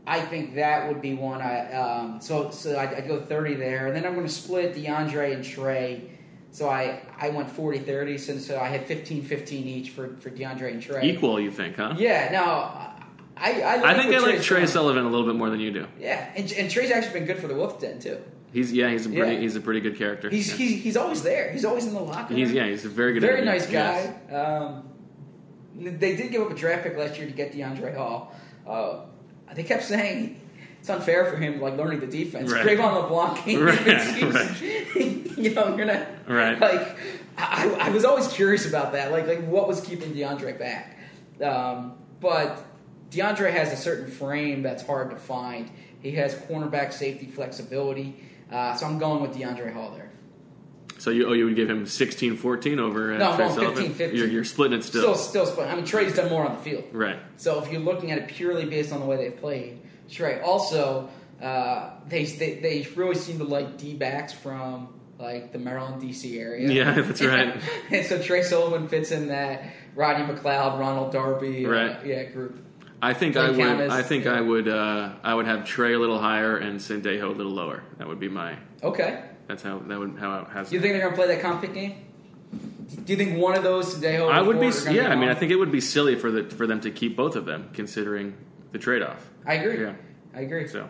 [SPEAKER 5] I think that would be one. I um, so so I, I go thirty there, and then I'm going to split DeAndre and Trey. So I I went 40-30 since so I had 15-15 each for for DeAndre and Trey.
[SPEAKER 4] Equal, you think, huh?
[SPEAKER 5] Yeah. No, I I,
[SPEAKER 4] I think
[SPEAKER 5] what
[SPEAKER 4] I like Trey
[SPEAKER 5] Trey's done.
[SPEAKER 4] Sullivan a little bit more than you do.
[SPEAKER 5] Yeah, and, and Trey's actually been good for the Wolf Den too.
[SPEAKER 4] He's yeah. He's a pretty.
[SPEAKER 5] Yeah.
[SPEAKER 4] He's a pretty good character.
[SPEAKER 5] He's
[SPEAKER 4] yeah.
[SPEAKER 5] he's, he's always there. He's always in the locker.
[SPEAKER 4] He's-
[SPEAKER 5] room.
[SPEAKER 4] yeah. He's a very good.
[SPEAKER 5] Very
[SPEAKER 4] interview.
[SPEAKER 5] nice guy.
[SPEAKER 4] Yes.
[SPEAKER 5] Um, they did give up a draft pick last year to get DeAndre Hall. Uh, they kept saying it's unfair for him, like learning the defense.
[SPEAKER 4] Right.
[SPEAKER 5] Trayvon LeBlanc, he-
[SPEAKER 4] Right,
[SPEAKER 5] he's-
[SPEAKER 4] right.
[SPEAKER 5] you know, you're not
[SPEAKER 4] Right.
[SPEAKER 5] Like, I, I was always curious about that. Like, like what was keeping DeAndre back? Um, but DeAndre has a certain frame that's hard to find. He has cornerback safety flexibility. Uh, so I'm going with DeAndre Hall there.
[SPEAKER 4] So you oh you would give him 16-14 over uh,
[SPEAKER 5] No,
[SPEAKER 4] Trey
[SPEAKER 5] well,
[SPEAKER 4] Sullivan?
[SPEAKER 5] 15-15.
[SPEAKER 4] You're, you're splitting it
[SPEAKER 5] Still, still, split. I mean, Trey's done more on the field.
[SPEAKER 4] Right.
[SPEAKER 5] So if you're looking at it purely based on the way they've played, Trey. Also, uh, they, they they really seem to like D backs from like the Maryland D.C. area.
[SPEAKER 4] Yeah, that's right.
[SPEAKER 5] and so Trey Sullivan fits in that Rodney McLeod, Ronald Darby, uh,
[SPEAKER 4] Right.
[SPEAKER 5] yeah, group.
[SPEAKER 4] I think
[SPEAKER 5] Blake
[SPEAKER 4] I would.
[SPEAKER 5] Camas,
[SPEAKER 4] I think
[SPEAKER 5] yeah.
[SPEAKER 4] I would. Uh, I would have Trey a little higher and Sendejo a little lower. That would be my.
[SPEAKER 5] Okay.
[SPEAKER 4] That's how that would how it has.
[SPEAKER 5] Do you think they're gonna play that comp pick game? Do you think one of those today?
[SPEAKER 4] I would be. Yeah, I mean, I think it would be silly for the for them to keep both of them considering the trade off.
[SPEAKER 5] I agree.
[SPEAKER 4] Yeah.
[SPEAKER 5] I agree.
[SPEAKER 4] So,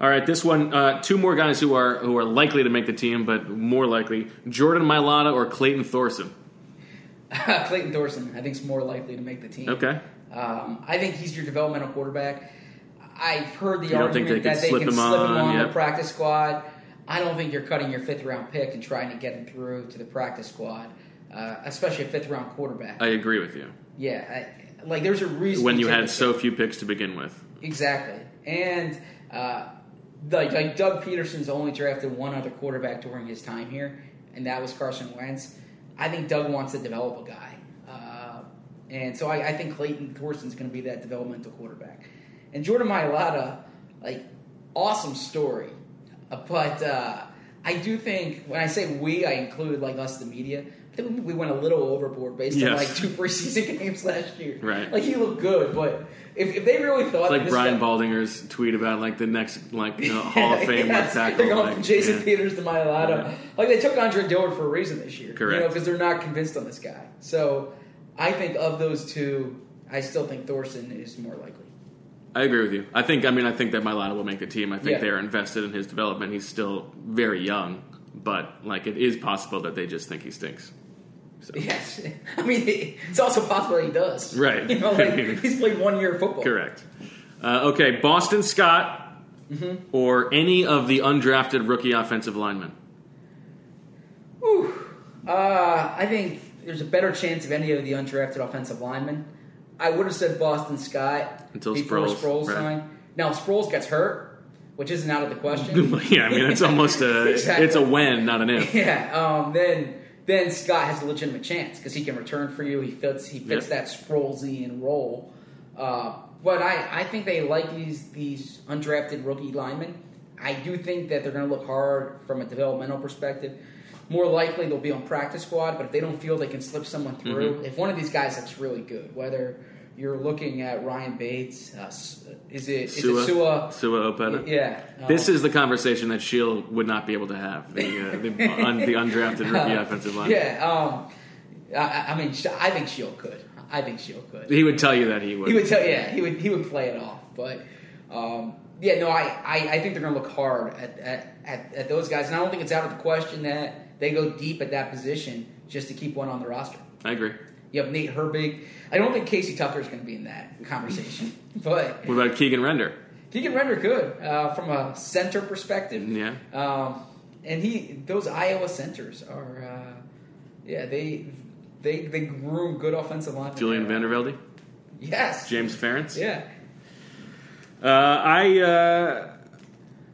[SPEAKER 4] all right, this one. Uh, two more guys who are who are likely to make the team, but more likely Jordan Mailata or Clayton Thorson.
[SPEAKER 5] Clayton Thorson, I think, is more likely to make the team.
[SPEAKER 4] Okay.
[SPEAKER 5] Um, I think he's your developmental quarterback. I've heard the
[SPEAKER 4] You don't
[SPEAKER 5] argument
[SPEAKER 4] think they can
[SPEAKER 5] that they
[SPEAKER 4] slip
[SPEAKER 5] can
[SPEAKER 4] him
[SPEAKER 5] slip him
[SPEAKER 4] on,
[SPEAKER 5] on the
[SPEAKER 4] yep.
[SPEAKER 5] practice squad. I don't think you're cutting your fifth round pick and trying to get him through to the practice squad, uh, especially a fifth round quarterback.
[SPEAKER 4] I agree with you.
[SPEAKER 5] yeah, I, like there's a reason
[SPEAKER 4] When you
[SPEAKER 5] take
[SPEAKER 4] had
[SPEAKER 5] this-
[SPEAKER 4] so few picks to begin with.
[SPEAKER 5] exactly, and uh, like, like Doug Peterson's only drafted one other quarterback during his time here, and that was Carson Wentz. I think Doug wants to develop a guy, uh, and so I, I think Clayton Thorson's going to be that developmental quarterback. And Jordan Mailata, like awesome story, uh, but uh, I do think when I say we, I include like us, the media. I think we went a little overboard based on
[SPEAKER 4] Yes.
[SPEAKER 5] like two preseason games last year.
[SPEAKER 4] Right.
[SPEAKER 5] Like he looked good, but if, if they really thought
[SPEAKER 4] It's
[SPEAKER 5] that
[SPEAKER 4] like
[SPEAKER 5] this
[SPEAKER 4] Brian
[SPEAKER 5] guy-
[SPEAKER 4] Baldinger's tweet about like the next like you know, Hall of Fame
[SPEAKER 5] Yes,
[SPEAKER 4] left
[SPEAKER 5] They're
[SPEAKER 4] tackle.
[SPEAKER 5] going
[SPEAKER 4] like,
[SPEAKER 5] from Jason
[SPEAKER 4] yeah.
[SPEAKER 5] Peters to Mailata.
[SPEAKER 4] Yeah.
[SPEAKER 5] Like they took Andre Dillard for a reason this year,
[SPEAKER 4] Correct.
[SPEAKER 5] You know, because they're not convinced on this guy. So I think of those two, I still think Thorson is more likely.
[SPEAKER 4] I agree with you. I think I mean I think that Milano will make the team. I think
[SPEAKER 5] Yeah.
[SPEAKER 4] they are invested in his development. He's still very young, but like it is possible that they just think he stinks. So.
[SPEAKER 5] Yes, I mean it's also possible that he does.
[SPEAKER 4] Right.
[SPEAKER 5] You know, like, he's played one year of football.
[SPEAKER 4] Correct. Uh, okay, Boston Scott
[SPEAKER 5] Mm-hmm.
[SPEAKER 4] or any of the undrafted rookie offensive linemen.
[SPEAKER 5] Whew. Uh, I think there's a better chance of any of the undrafted offensive linemen. I would have said Boston Scott
[SPEAKER 4] Until
[SPEAKER 5] before
[SPEAKER 4] Sproles,
[SPEAKER 5] Sproles
[SPEAKER 4] right.
[SPEAKER 5] signed. Now if Sproles gets hurt, which isn't out of the question.
[SPEAKER 4] yeah, I mean it's almost a
[SPEAKER 5] Exactly.
[SPEAKER 4] it's a when, not an if.
[SPEAKER 5] yeah. Um, then then Scott has a legitimate chance because he can return for you. He fits he fits
[SPEAKER 4] Yeah.
[SPEAKER 5] that Sprolesian role. Uh, but I, I think they like these these undrafted rookie linemen. I do think that they're going to look hard from a developmental perspective. More likely they'll be on practice squad, but if they don't feel they can slip someone through,
[SPEAKER 4] Mm-hmm.
[SPEAKER 5] if one of these guys looks really good, whether you're looking at Ryan Bates, uh, S- is it is it Sua?
[SPEAKER 4] Sua Opeta.
[SPEAKER 5] Yeah.
[SPEAKER 4] This
[SPEAKER 5] um,
[SPEAKER 4] is the conversation that Shield would not be able to have. The, uh, the, un, the undrafted rookie offensive lineman.
[SPEAKER 5] Yeah, um, I- I, I mean, Sh- I think Shield could. I think Shield could.
[SPEAKER 4] He would tell you that he would.
[SPEAKER 5] He would tell, yeah, he would he would play it off. But um, yeah, no, I, I, I think they're going to look hard at, at, at, at those guys, and I don't think it's out of the question that they go deep at that position just to keep one on the roster.
[SPEAKER 4] I agree.
[SPEAKER 5] You have Nate Herbig. I don't think Casey Tucker is going to be in that conversation, but
[SPEAKER 4] What about Keegan Render?
[SPEAKER 5] Keegan Render could uh, from a center perspective.
[SPEAKER 4] Yeah.
[SPEAKER 5] Um, and he those Iowa centers are uh, yeah they they they groom good offensive line.
[SPEAKER 4] Julian Vandervelde?
[SPEAKER 5] Yes.
[SPEAKER 4] James Ferentz?
[SPEAKER 5] Yeah.
[SPEAKER 4] Uh, I uh,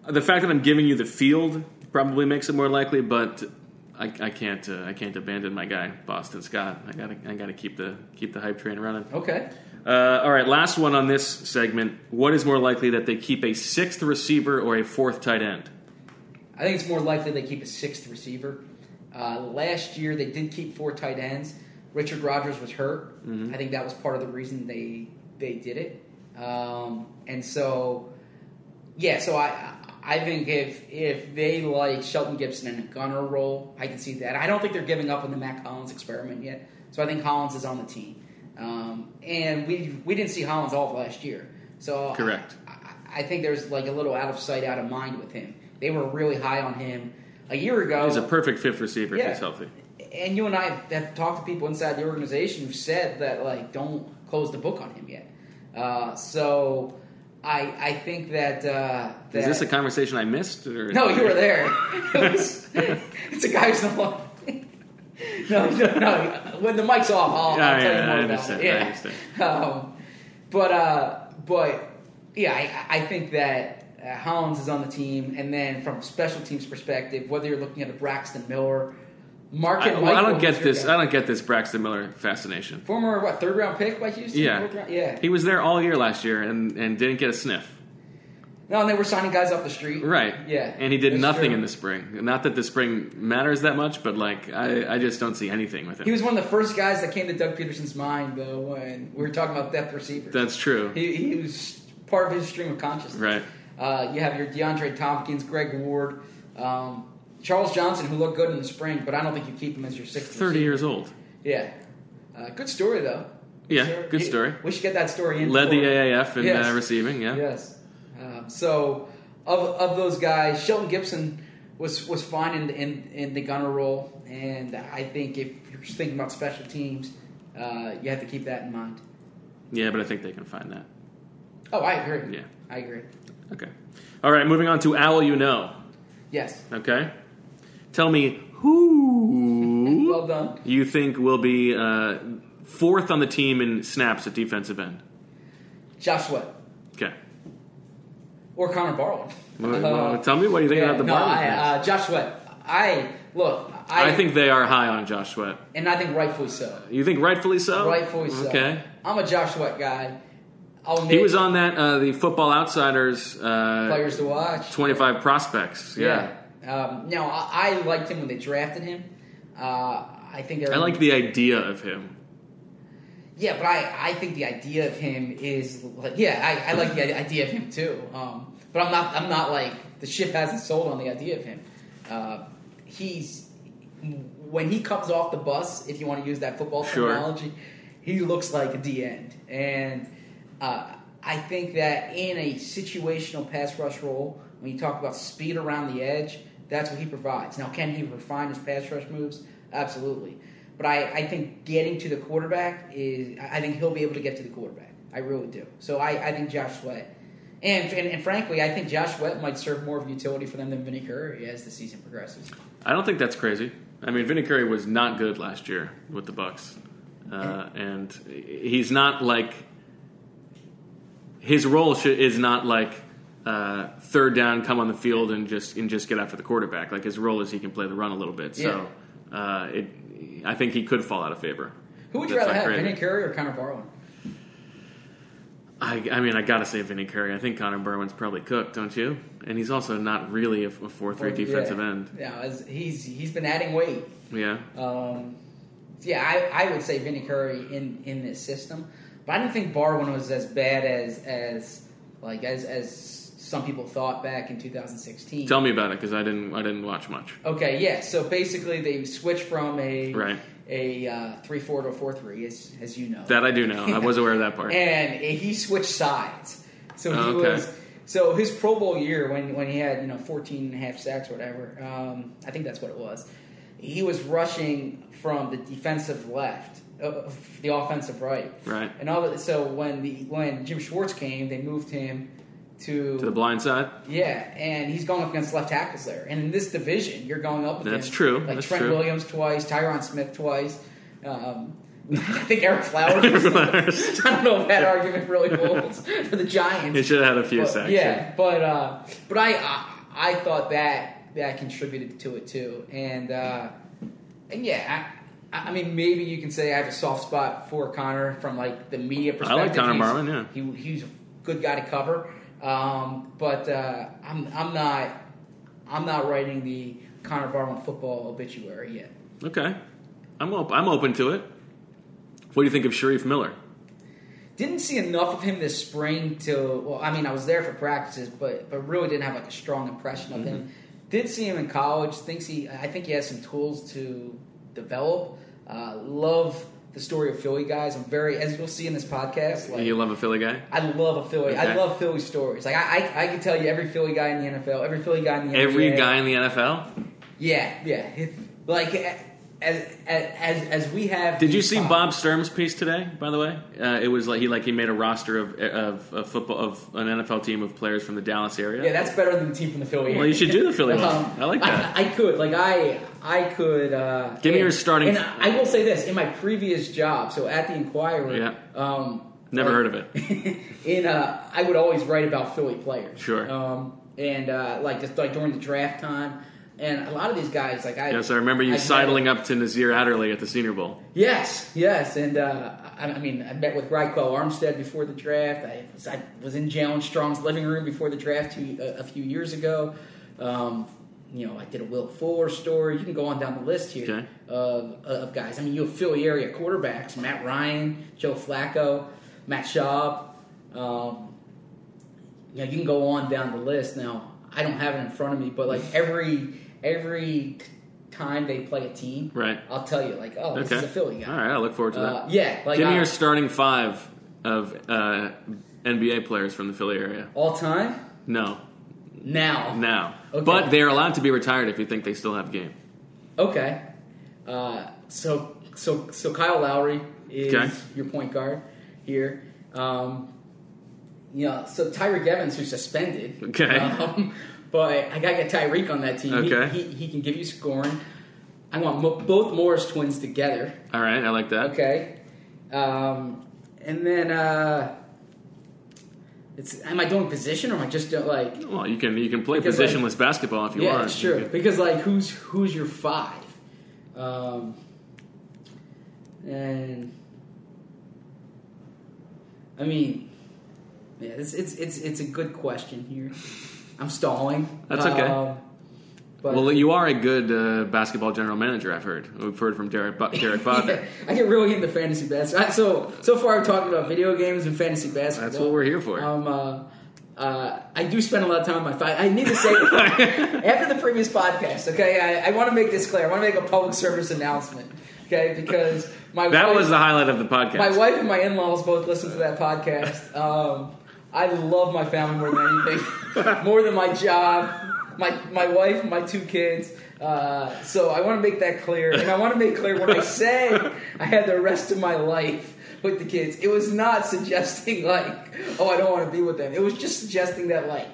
[SPEAKER 4] the fact that I'm giving you the field probably makes it more likely, but I, I can't uh, I can't abandon my guy Boston Scott. I gotta I gotta keep the keep the hype train running.
[SPEAKER 5] Okay.
[SPEAKER 4] Uh, all right, last one on this segment. What is more likely that they keep a sixth receiver or a fourth tight end?
[SPEAKER 5] I think it's more likely they keep a sixth receiver. Uh, last year they did keep four tight ends. Richard Rogers was hurt. I think that was part of the reason they they did it. Um, and so yeah, so I I think if if they like Shelton Gibson in a gunner role, I can see that. I don't think they're giving up on the Matt Collins experiment yet. So I think Collins is on the team. Um, and we we didn't see Collins off last year. So
[SPEAKER 4] Correct.
[SPEAKER 5] I, I- I think there's like a little out of sight, out of mind with him. They were really high on him a year ago.
[SPEAKER 4] He's a perfect fifth receiver if
[SPEAKER 5] Yeah.
[SPEAKER 4] he's healthy.
[SPEAKER 5] and you and I have talked to people inside the organization who said that like don't close the book on him yet. Uh, so I I think that uh, that
[SPEAKER 4] Is this a conversation I missed? Or
[SPEAKER 5] no, you were there. It was, it's a guy who's no longer. No, no, no. When the mic's off, I'll, I'll
[SPEAKER 4] Yeah, Ah,
[SPEAKER 5] tell
[SPEAKER 4] yeah,
[SPEAKER 5] you more
[SPEAKER 4] I
[SPEAKER 5] about
[SPEAKER 4] understand,
[SPEAKER 5] it.
[SPEAKER 4] I
[SPEAKER 5] Yeah.
[SPEAKER 4] understand.
[SPEAKER 5] Um, but, uh, but yeah, I, I think that uh, Hollins is on the team, and then from special teams perspective, whether you're looking at a Braxton Miller, Mark
[SPEAKER 4] I,
[SPEAKER 5] and
[SPEAKER 4] well, I don't get this. I don't get this Braxton Miller fascination.
[SPEAKER 5] Former what third round pick by Houston? Fourth
[SPEAKER 4] Yeah,
[SPEAKER 5] round? yeah.
[SPEAKER 4] He was there all year last year and, and didn't get a sniff.
[SPEAKER 5] No, and they were signing guys off the street,
[SPEAKER 4] Right.
[SPEAKER 5] Yeah,
[SPEAKER 4] And he did
[SPEAKER 5] that's
[SPEAKER 4] nothing
[SPEAKER 5] true.
[SPEAKER 4] in the spring. Not that the spring matters that much, but like I, I just don't see anything with him.
[SPEAKER 5] He was one of the first guys that came to Doug Peterson's mind, though, when we were talking about depth receivers.
[SPEAKER 4] That's true.
[SPEAKER 5] He, he was part of his stream of consciousness.
[SPEAKER 4] Right.
[SPEAKER 5] Uh, you have your DeAndre Tompkins, Greg Ward, um, Charles Johnson, who looked good in the spring, but I don't think you keep him as your sixth.
[SPEAKER 4] Thirty
[SPEAKER 5] receiver.
[SPEAKER 4] years old.
[SPEAKER 5] Yeah. Uh, good story though.
[SPEAKER 4] Yeah,
[SPEAKER 5] Sure.
[SPEAKER 4] good
[SPEAKER 5] You-
[SPEAKER 4] story.
[SPEAKER 5] We should get that story in.
[SPEAKER 4] Led the
[SPEAKER 5] before-
[SPEAKER 4] AAF in
[SPEAKER 5] Yes.
[SPEAKER 4] uh, receiving. Yeah.
[SPEAKER 5] Yes. Um, so, of, of those guys, Shelton Gibson was was fine in, in in the gunner role, and I think if you're just thinking about special teams, uh, you have to keep that in mind.
[SPEAKER 4] Yeah, but I think they can find that.
[SPEAKER 5] Oh, I agree.
[SPEAKER 4] Yeah.
[SPEAKER 5] I agree.
[SPEAKER 4] Okay. All right. Moving on to owl. You know.
[SPEAKER 5] Yes.
[SPEAKER 4] Okay. Tell me who
[SPEAKER 5] Well done.
[SPEAKER 4] you think will be uh, fourth on the team in snaps at defensive end.
[SPEAKER 5] Josh Sweat
[SPEAKER 4] Okay.
[SPEAKER 5] or Connor Barlow. Uh,
[SPEAKER 4] Well, well, tell me what you think about the
[SPEAKER 5] Uh-huh. no,
[SPEAKER 4] Barlow
[SPEAKER 5] I,
[SPEAKER 4] thing.
[SPEAKER 5] uh, Josh Sweat. I look. I,
[SPEAKER 4] I think they are high on Josh Sweat.
[SPEAKER 5] and I think rightfully so.
[SPEAKER 4] You think rightfully so?
[SPEAKER 5] Rightfully so.
[SPEAKER 4] Oh, Okay.
[SPEAKER 5] I'm a Josh Sweat guy. I'll
[SPEAKER 4] He
[SPEAKER 5] admit,
[SPEAKER 4] was on that uh, the Football Outsiders uh,
[SPEAKER 5] players to watch.
[SPEAKER 4] 25 prospects. Yeah.
[SPEAKER 5] Yeah. Um, now I, I liked him when they drafted him. Uh, I think
[SPEAKER 4] I like the idea of him.
[SPEAKER 5] Yeah, but I, I think the idea of him is like yeah I, I like the idea of him too. Um, but I'm not I'm not like the ship hasn't sold on the idea of him. Uh, he's when he comes off the bus, if you want to use that football
[SPEAKER 4] Sure.
[SPEAKER 5] terminology, he looks like a D end, and uh, I think that in a situational pass rush role, when you talk about speed around the edge, that's what he provides. Now, can he refine his pass rush moves? Absolutely. But I, I think getting to the quarterback is, I I think he'll be able to get to the quarterback. I really do. So I, I think Josh Sweat, and, and, and frankly, I think Josh Sweat might serve more of utility for them than Vinny Curry as the season progresses.
[SPEAKER 4] I don't think that's crazy. I mean, Vinny Curry was not good last year with the Bucks, uh, and he's not like his role should, is not like uh, third down, come on the field and just and just get after the quarterback. Like his role is he can play the run a little bit. So uh, it, I think he could fall out of favor.
[SPEAKER 5] Who would you
[SPEAKER 4] That's
[SPEAKER 5] rather
[SPEAKER 4] not
[SPEAKER 5] have,
[SPEAKER 4] crazy.
[SPEAKER 5] Vinny Curry or Connor Barwin?
[SPEAKER 4] I, I mean, I gotta say Vinny Curry. I think Connor Berwin's probably cooked, don't you? And he's also not really a, a four-three defensive
[SPEAKER 5] yeah.
[SPEAKER 4] end.
[SPEAKER 5] Yeah, as- he's he's been adding weight.
[SPEAKER 4] Yeah,
[SPEAKER 5] Um, yeah, I, I would say Vinny Curry in, in this system, but I didn't think Barwin was as bad as as like as as some people thought back in 2016.
[SPEAKER 4] tell me about it because I didn't I didn't watch much.
[SPEAKER 5] Okay, yeah. So basically, they switched from a
[SPEAKER 4] Right.
[SPEAKER 5] a uh, three four to a four three, as as you know.
[SPEAKER 4] That I do know. I was aware of that part.
[SPEAKER 5] and he switched sides. So he
[SPEAKER 4] Oh, okay.
[SPEAKER 5] was so his Pro Bowl year when when he had you know 14 and a half sacks or whatever. Um, I think that's what it was. He was rushing from the defensive left, uh, the offensive right,
[SPEAKER 4] Right.
[SPEAKER 5] and all that. So when the when Jim Schwartz came, they moved him to,
[SPEAKER 4] To the blind side?
[SPEAKER 5] yeah, and he's going up against left tackles there. And in this division, you're going up against
[SPEAKER 4] That's true.
[SPEAKER 5] Like
[SPEAKER 4] That's
[SPEAKER 5] Trent
[SPEAKER 4] true.
[SPEAKER 5] Williams twice, Tyron Smith twice. Um, I think Eric Flowers.
[SPEAKER 4] Eric
[SPEAKER 5] was-
[SPEAKER 4] Flowers.
[SPEAKER 5] I don't know if that argument really holds for the Giants.
[SPEAKER 4] He should have had a few
[SPEAKER 5] but,
[SPEAKER 4] sacks.
[SPEAKER 5] Yeah, but uh, but I, I I thought that that contributed to it too, and uh, and yeah. I, I I mean, maybe you can say I have a soft spot for Connor from like the media
[SPEAKER 4] I like
[SPEAKER 5] perspective.
[SPEAKER 4] Connor
[SPEAKER 5] He's-
[SPEAKER 4] Marvin, yeah.
[SPEAKER 5] he, he's a good guy to cover. Um, but uh, I'm I'm not I'm not writing the Connor Barwin football obituary yet.
[SPEAKER 4] Okay. I'm, op- I'm open to it. What do you think of Sharif Miller?
[SPEAKER 5] Didn't see enough of him this spring to well, I mean I was there for practices, but but really didn't have like a strong impression of him.
[SPEAKER 4] Mm-hmm.
[SPEAKER 5] Did see him in college. Thinks he I think he has some tools to develop. Uh, love the story of Philly guys. I'm very as you'll see in this podcast. Like,
[SPEAKER 4] You love a Philly guy?
[SPEAKER 5] I love a Philly. I
[SPEAKER 4] Okay.
[SPEAKER 5] love Philly stories. Like I, I, I can tell you every Philly guy in the NFL, every Philly guy in the
[SPEAKER 4] Every
[SPEAKER 5] NBA.
[SPEAKER 4] guy in the NFL?
[SPEAKER 5] Yeah, yeah. Like as as as, as we have.
[SPEAKER 4] Did you
[SPEAKER 5] these
[SPEAKER 4] see
[SPEAKER 5] pod-
[SPEAKER 4] Bob Sturm's piece today? By the way, uh, it was like he like he made a roster of of, of football of an NFL team of players from the Dallas area.
[SPEAKER 5] Yeah, that's better than the team from the Philly.
[SPEAKER 4] Well, you should do the Philly one.
[SPEAKER 5] Um,
[SPEAKER 4] I like that.
[SPEAKER 5] I, I could, like, I, I could. Uh,
[SPEAKER 4] Give me
[SPEAKER 5] and-
[SPEAKER 4] your starting-
[SPEAKER 5] And I will say this: in my previous job, so at the Inquirer,
[SPEAKER 4] Yeah.
[SPEAKER 5] um,
[SPEAKER 4] Never
[SPEAKER 5] like,
[SPEAKER 4] heard of it.
[SPEAKER 5] in uh, I would always write about Philly players.
[SPEAKER 4] Sure.
[SPEAKER 5] Um, and uh, like just like during the draft time, and a lot of these guys, like I.
[SPEAKER 4] Yes, I remember you
[SPEAKER 5] I've met-
[SPEAKER 4] sidling up to Nazir Adderley at the Senior Bowl.
[SPEAKER 5] Yes, yes, and uh, I, I mean, I met with Reichel Armstead before the draft. I was, I was in Jalen Strong's living room before the draft two, a, a few years ago. Um, you know, I did a Will Fuller story. You can go on down the list here
[SPEAKER 4] Okay.
[SPEAKER 5] of, of guys. I mean, you have Philly area quarterbacks: Matt Ryan, Joe Flacco, Matt Schaub. Um, you know, you can go on down the list. Now, I don't have it in front of me, but like every every time they play a team,
[SPEAKER 4] Right.
[SPEAKER 5] I'll tell you, like, oh, this
[SPEAKER 4] Okay.
[SPEAKER 5] is a Philly guy.
[SPEAKER 4] All right, I look forward to that.
[SPEAKER 5] Uh, yeah, like
[SPEAKER 4] Give me
[SPEAKER 5] uh,
[SPEAKER 4] your starting five of uh, NBA players from the Philly area.
[SPEAKER 5] all time
[SPEAKER 4] No,
[SPEAKER 5] now.
[SPEAKER 4] now,
[SPEAKER 5] Okay.
[SPEAKER 4] but they are allowed to be retired if you think they still have game.
[SPEAKER 5] Okay, uh, so so so Kyle Lowry is
[SPEAKER 4] Okay.
[SPEAKER 5] your point guard here. Um, you know, so Tyreek Evans who's suspended.
[SPEAKER 4] Okay.
[SPEAKER 5] um, but I gotta get Tyreek on that team. He-
[SPEAKER 4] Okay.
[SPEAKER 5] he, he, can give you scoring. I want mo- both Morris twins together.
[SPEAKER 4] All right, I like that.
[SPEAKER 5] Okay. Um, and then uh, it's am I doing position or am I just doing, like
[SPEAKER 4] Well, you can you can play
[SPEAKER 5] Because, like-
[SPEAKER 4] positionless basketball if you
[SPEAKER 5] yeah,
[SPEAKER 4] want.
[SPEAKER 5] sure.
[SPEAKER 4] You can-
[SPEAKER 5] Because like, who's who's your five? Um, and I mean, yeah, it's it's it's it's a good question here. I'm stalling.
[SPEAKER 4] That's okay.
[SPEAKER 5] Um, But
[SPEAKER 4] Well, you are a good uh, basketball general manager. I've heard. We've heard from Derek Bo- Derek Bodner.
[SPEAKER 5] Yeah, I get really into fantasy basketball. So so far, I'm talking about video games and fantasy basketball.
[SPEAKER 4] That's what we're here for.
[SPEAKER 5] Um, uh, uh, I do spend a lot of time on my fight. I need to say after the previous podcast. Okay, I, I want to make this clear. I want to make a public service announcement. Okay, because my
[SPEAKER 4] That
[SPEAKER 5] wife-
[SPEAKER 4] was the highlight of the podcast.
[SPEAKER 5] my wife and my in laws both listen to that podcast. Um, I love my family more than anything, more than my job, my my wife, my two kids. Uh, so I want to make that clear, and I want to make clear when I said I had the rest of my life with the kids, it was not suggesting like, oh, I don't want to be with them. It was just suggesting that like